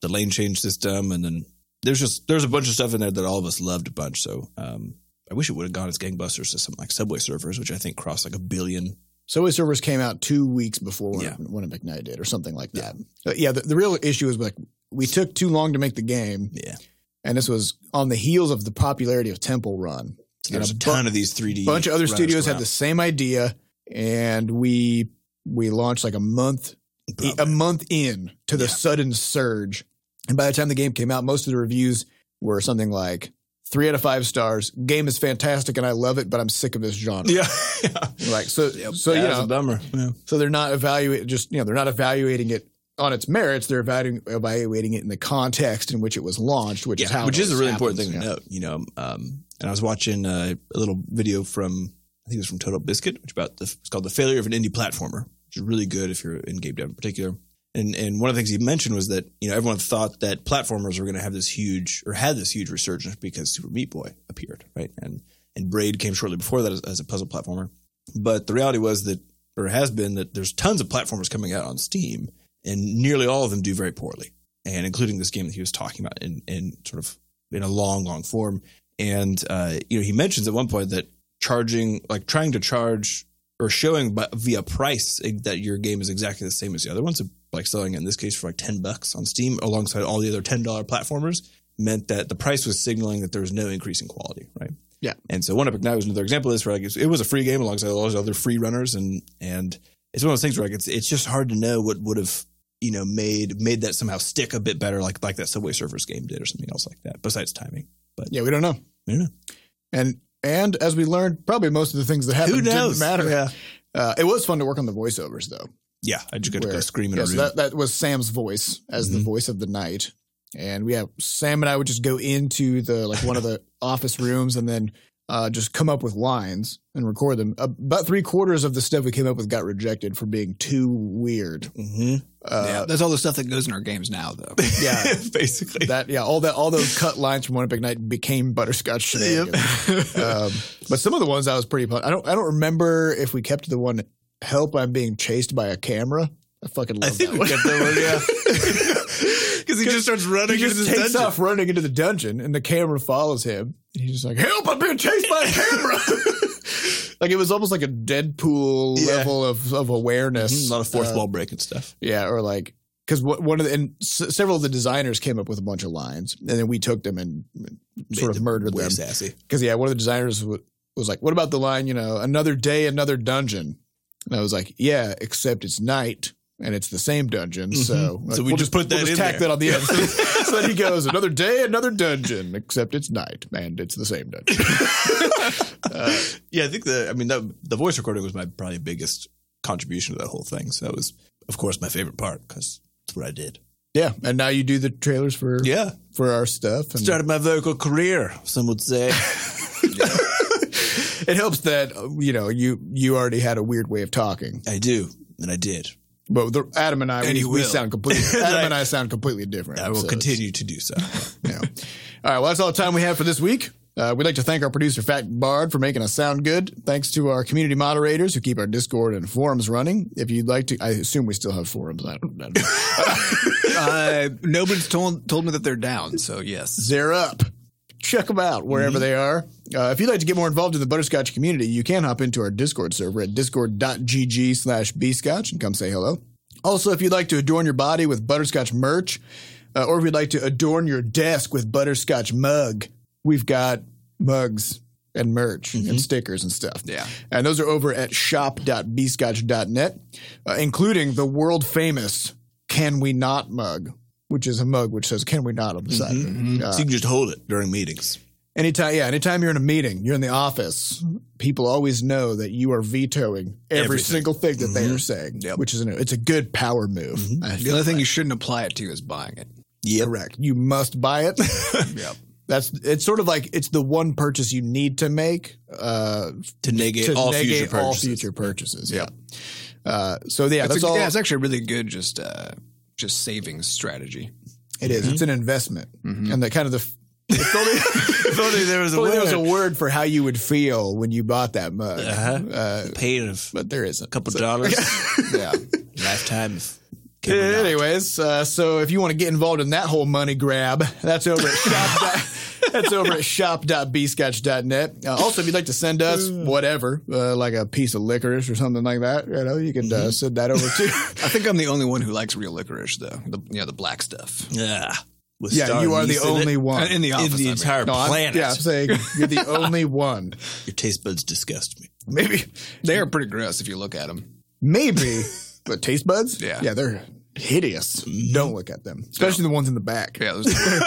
Speaker 3: the lane change system and then there's just there's a bunch of stuff in there that all of us loved a bunch. So um I wish it would have gone as gangbusters to something like Subway Surfers, which I think crossed like a billion.
Speaker 1: Subway Surfers came out two weeks before when,
Speaker 3: Yeah.
Speaker 1: when McKnight did, or something like that. But yeah, the, the real issue is like we took too long to make the game,
Speaker 3: Yeah.
Speaker 1: and this was on the heels of the popularity of Temple Run.
Speaker 3: So there's
Speaker 1: And
Speaker 3: a
Speaker 1: a
Speaker 3: ton of these 3D.
Speaker 1: A bunch of other
Speaker 3: runners
Speaker 1: studios
Speaker 3: come
Speaker 1: had
Speaker 3: out.
Speaker 1: the same idea, and we we launched like a month
Speaker 3: Probably.
Speaker 1: a month in to the
Speaker 3: Oh, Yeah.
Speaker 1: sudden surge. And by the time the game came out, most of the reviews were something like three out of five stars. Game is fantastic, and I love it, but I'm sick of this genre.
Speaker 3: yeah.
Speaker 1: Like so, so
Speaker 3: yeah,
Speaker 1: you
Speaker 3: that was
Speaker 1: know,
Speaker 3: a bummer. Yeah.
Speaker 1: so they're not evaluating just you know they're not evaluating it on its merits. They're evaluating, evaluating it in the context in which it was launched, which is how
Speaker 3: which
Speaker 1: it
Speaker 3: is a
Speaker 1: always
Speaker 3: really important
Speaker 1: happens,
Speaker 3: thing to
Speaker 1: yeah.
Speaker 3: note. You know, um, and I was watching uh, a little video from I think it was from Total Biscuit, which about the, it's called the failure of an indie platformer, which is really good if you're in game dev in particular. And and one of the things he mentioned was that you know everyone thought that platformers were going to have this huge or had this huge resurgence because Super Meat Boy appeared, right? And and Braid came shortly before that as, as a puzzle platformer. But the reality was that, or has been that, there's tons of platformers coming out on Steam, and nearly all of them do very poorly, and including this game that he was talking about in in sort of in a long, long form. And uh, you know, he mentions at one point that charging, like trying to charge or showing by, via price eh, that your game is exactly the same as the other ones, like selling it in this case for like 10 bucks on Steam alongside all the other $10 platformers, meant that the price was signaling that there was no increase in quality, right?
Speaker 1: Yeah.
Speaker 3: And so One Epic Night was another example of this where like it's- it was a free game alongside all those other free runners and and it's one of those things where like it's it's just hard to know what would have you know made made that somehow stick a bit better like like that Subway Surfers game did or something else like that besides timing.
Speaker 1: Yeah, we don't know.
Speaker 3: We don't know.
Speaker 1: And and as we learned, probably most of the things that happened didn't matter.
Speaker 3: Yeah.
Speaker 1: Uh, it was fun to work on the voiceovers though.
Speaker 3: Yeah, I just got to
Speaker 1: Where-
Speaker 3: go scream in
Speaker 1: Yeah,
Speaker 3: a
Speaker 1: so
Speaker 3: room.
Speaker 1: that, that was Sam's voice as the
Speaker 3: Mhm.
Speaker 1: voice of the night. And we have Sam and I would just go into the like one of the office rooms and then uh, just come up with lines and record them. Uh, About three quarters of the stuff we came up with got rejected for being too weird.
Speaker 3: Mhm.
Speaker 2: yeah,
Speaker 1: Uh,
Speaker 2: that's all the stuff that goes in our games now, though.
Speaker 1: yeah.
Speaker 3: basically.
Speaker 1: That yeah, all that all those cut lines from One Big Night became butterscotch shenanigans. um, but some of the ones I was pretty. pumped. I don't. I don't remember if we kept the one "Help! I'm being chased by a camera." I fucking love
Speaker 3: I think
Speaker 1: that
Speaker 3: we
Speaker 1: one.
Speaker 3: got that one, yeah. Because he just starts running
Speaker 1: he
Speaker 3: into
Speaker 1: just
Speaker 3: this
Speaker 1: takes
Speaker 3: dungeon.
Speaker 1: off running into the dungeon, and the camera follows him. And he's just like, "Help! I'm being chased by a camera." like it was almost like a Deadpool
Speaker 3: Yeah.
Speaker 1: level of of awareness.
Speaker 3: Mhm, A lot of fourth
Speaker 1: Uh,
Speaker 3: wall break and stuff.
Speaker 1: Yeah, or like because one of the and s- several of the designers came up with a bunch of lines, and then we took them and sort of murdered
Speaker 3: Way
Speaker 1: them.
Speaker 3: sassy.
Speaker 1: because yeah, one of the designers w- was like, "What about the line? You know, another day, another dungeon." And I was like, "Yeah, except it's night and it's the same dungeon, so
Speaker 3: Mm-hmm. So we just put that
Speaker 1: we'll
Speaker 3: in
Speaker 1: just tack
Speaker 3: there.
Speaker 1: that on the end." so, so then he goes, "Another day, another dungeon, except it's night and it's the same dungeon." Uh,
Speaker 3: yeah, I think the I mean that, the voice recording was my probably biggest contribution to that whole thing. So that was, of course, my favorite part because that's what I did.
Speaker 1: yeah, and now you do the trailers for
Speaker 3: Yeah,
Speaker 1: for our stuff. And
Speaker 3: started my vocal career. Some would say.
Speaker 1: it helps that uh, you know you you already had a weird way of talking,
Speaker 3: I do, and I did.
Speaker 1: but the, Adam and I
Speaker 3: And
Speaker 1: we,
Speaker 3: you
Speaker 1: we
Speaker 3: will.
Speaker 1: sound completely Adam
Speaker 3: I-
Speaker 1: and I sound completely different.
Speaker 3: I will
Speaker 1: so it's-
Speaker 3: continue to do so.
Speaker 1: Yeah. all right. Well, that's all the time we have for this week. Uh, we'd like to thank our producer, Fat Bard, for making us sound good. Thanks to our community moderators who keep our Discord and forums running. If you'd like to, I assume we still have forums. I don't, I don't know.
Speaker 2: uh, nobody's told told me that they're down, so yes.
Speaker 1: They're up. Check them out wherever they are. Uh, if you'd like to get more involved in the Butterscotch community, you can hop into our Discord server at discord.gg slash bscotch and come say hello. Also, if you'd like to adorn your body with Butterscotch merch, uh, or if you'd like to adorn your desk with Butterscotch mug, we've got mugs and merch and stickers and stuff.
Speaker 2: Yeah.
Speaker 1: And those are over at shop.bscotch.net, uh, including the world famous Can We Not mug, which is a mug which says Can We Not on the side. of it.
Speaker 3: so you can just hold it during meetings.
Speaker 1: Anytime, yeah, anytime you're in a meeting, you're in the office, people always know that you are vetoing every
Speaker 3: Everything.
Speaker 1: single thing that they are saying, which is an, it's a good power move. I
Speaker 2: The
Speaker 1: feel
Speaker 2: other thing you shouldn't apply it to is buying it.
Speaker 3: Yep.
Speaker 1: correct. You must buy it.
Speaker 2: Yep.
Speaker 1: That's it's sort of like it's the one purchase you need to make uh,
Speaker 3: To negate
Speaker 1: to
Speaker 3: all
Speaker 1: negate
Speaker 3: future purchases.
Speaker 1: all future purchases. Yeah. Uh, so yeah, that's
Speaker 2: a,
Speaker 1: all.
Speaker 2: Yeah, it's actually a really good just uh, just savings strategy.
Speaker 1: it is.
Speaker 3: Mm-hmm.
Speaker 1: It's an investment, and the kind of the. If only,
Speaker 3: if only there was
Speaker 1: if only there was a word for how you would feel when you bought that mug,
Speaker 3: Uh-huh.
Speaker 1: uh,
Speaker 3: pain of a
Speaker 1: but there isn't.
Speaker 3: couple dollars,
Speaker 2: Yeah.
Speaker 3: lifetime of.
Speaker 1: Anyways, uh, so if you want to get involved in that whole money grab, that's over at shop. dot- that's over at shop.bscotch.net. Uh, also, if you'd like to send us whatever, uh, like a piece of licorice or something like that, you know, you can
Speaker 3: Mm-hmm.
Speaker 1: uh, send that over to.
Speaker 2: I think I'm the only one who likes real licorice, though. The, you know, the black stuff.
Speaker 3: Yeah. Ah, With
Speaker 1: yeah,
Speaker 3: Star
Speaker 1: you are the
Speaker 3: Yeast in it.
Speaker 1: only one.
Speaker 2: In the
Speaker 3: in
Speaker 2: office.
Speaker 3: the
Speaker 2: I mean.
Speaker 3: entire
Speaker 1: No, I'm-
Speaker 3: planet.
Speaker 1: yeah, I'm saying you're the only one.
Speaker 3: Your taste buds disgust me.
Speaker 1: Maybe,
Speaker 2: They are pretty gross if you look at them.
Speaker 1: maybe, but taste buds.
Speaker 2: Yeah.
Speaker 1: yeah, they're hideous. Don't look at them, especially the ones in the back.
Speaker 2: Yeah, those,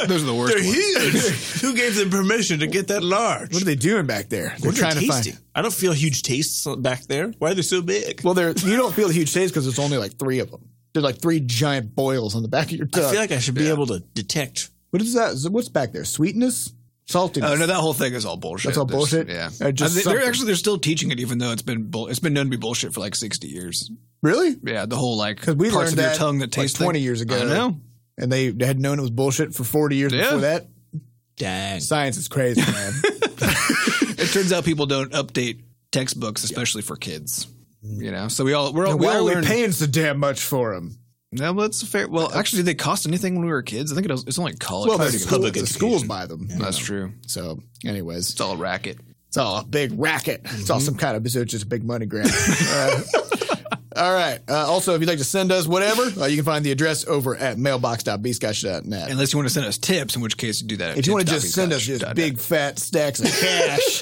Speaker 2: those are the worst ones.
Speaker 3: huge. Who gave them permission to get that large?
Speaker 1: What are they doing back there? They're
Speaker 3: What are they tasting? I don't feel huge tastes back there. Why are they so big?
Speaker 1: Well, there you don't feel the huge taste because it's only like three of them. There's like three giant boils on the back of your tongue.
Speaker 3: I feel like I should be able to detect.
Speaker 1: what is that? Is it- What's back there? Sweetness, saltiness.
Speaker 2: Oh no, that whole thing is all bullshit.
Speaker 1: That's all
Speaker 2: There's-
Speaker 1: bullshit?
Speaker 2: Yeah,
Speaker 1: Uh, just
Speaker 2: I think they're
Speaker 1: something.
Speaker 2: actually they're still teaching it, even though it's been bull, it's been known to be bullshit for like sixty years.
Speaker 1: really?
Speaker 2: Yeah, the whole like
Speaker 1: Because we
Speaker 2: parts
Speaker 1: learned
Speaker 2: of your
Speaker 1: that
Speaker 2: tongue that
Speaker 1: like
Speaker 2: taste
Speaker 1: twenty years ago.
Speaker 2: I know.
Speaker 1: and they had known it was bullshit for forty years
Speaker 2: Yeah.
Speaker 1: before that.
Speaker 3: Dang.
Speaker 1: Science is crazy, man.
Speaker 2: It turns out people don't update textbooks, especially for kids. You know, so we all we're all, we
Speaker 1: Why
Speaker 2: all
Speaker 1: are we
Speaker 2: learn.
Speaker 1: paying so damn much for them?
Speaker 2: No, well, that's fair. Well, actually, did they cost anything when we were kids? I think it was, it's only college.
Speaker 1: Well, the,
Speaker 2: prices.
Speaker 1: school,
Speaker 3: public
Speaker 1: the
Speaker 3: education.
Speaker 1: schools buy them.
Speaker 2: that's true.
Speaker 1: So, anyways,
Speaker 2: It's all a racket.
Speaker 1: It's all a big racket. It's all some kind of so it's just a big money grab. Uh, all right. Uh, also, if you'd like to send us whatever, uh, you can find the address over at mailbox.bscotch.net.
Speaker 2: Unless you want to send us tips, in which case you do that. at
Speaker 1: If you want to
Speaker 2: tips.bscotch.net.
Speaker 1: just send us just big fat stacks of cash,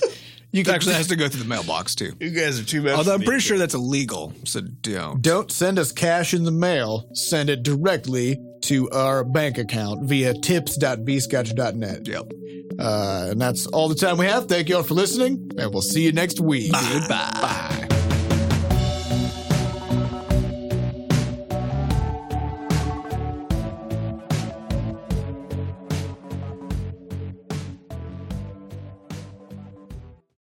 Speaker 1: you
Speaker 2: It
Speaker 1: can
Speaker 2: actually has to go through the mailbox too.
Speaker 3: You guys are too bad.
Speaker 2: Although I'm pretty sure that's illegal, so don't.
Speaker 1: Don't send us cash in the mail. Send it directly to our bank account via tips.bscotch.net.
Speaker 2: Yep.
Speaker 1: Uh, and that's all the time we have. Thank you all for listening, and we'll see you next week.
Speaker 2: Goodbye.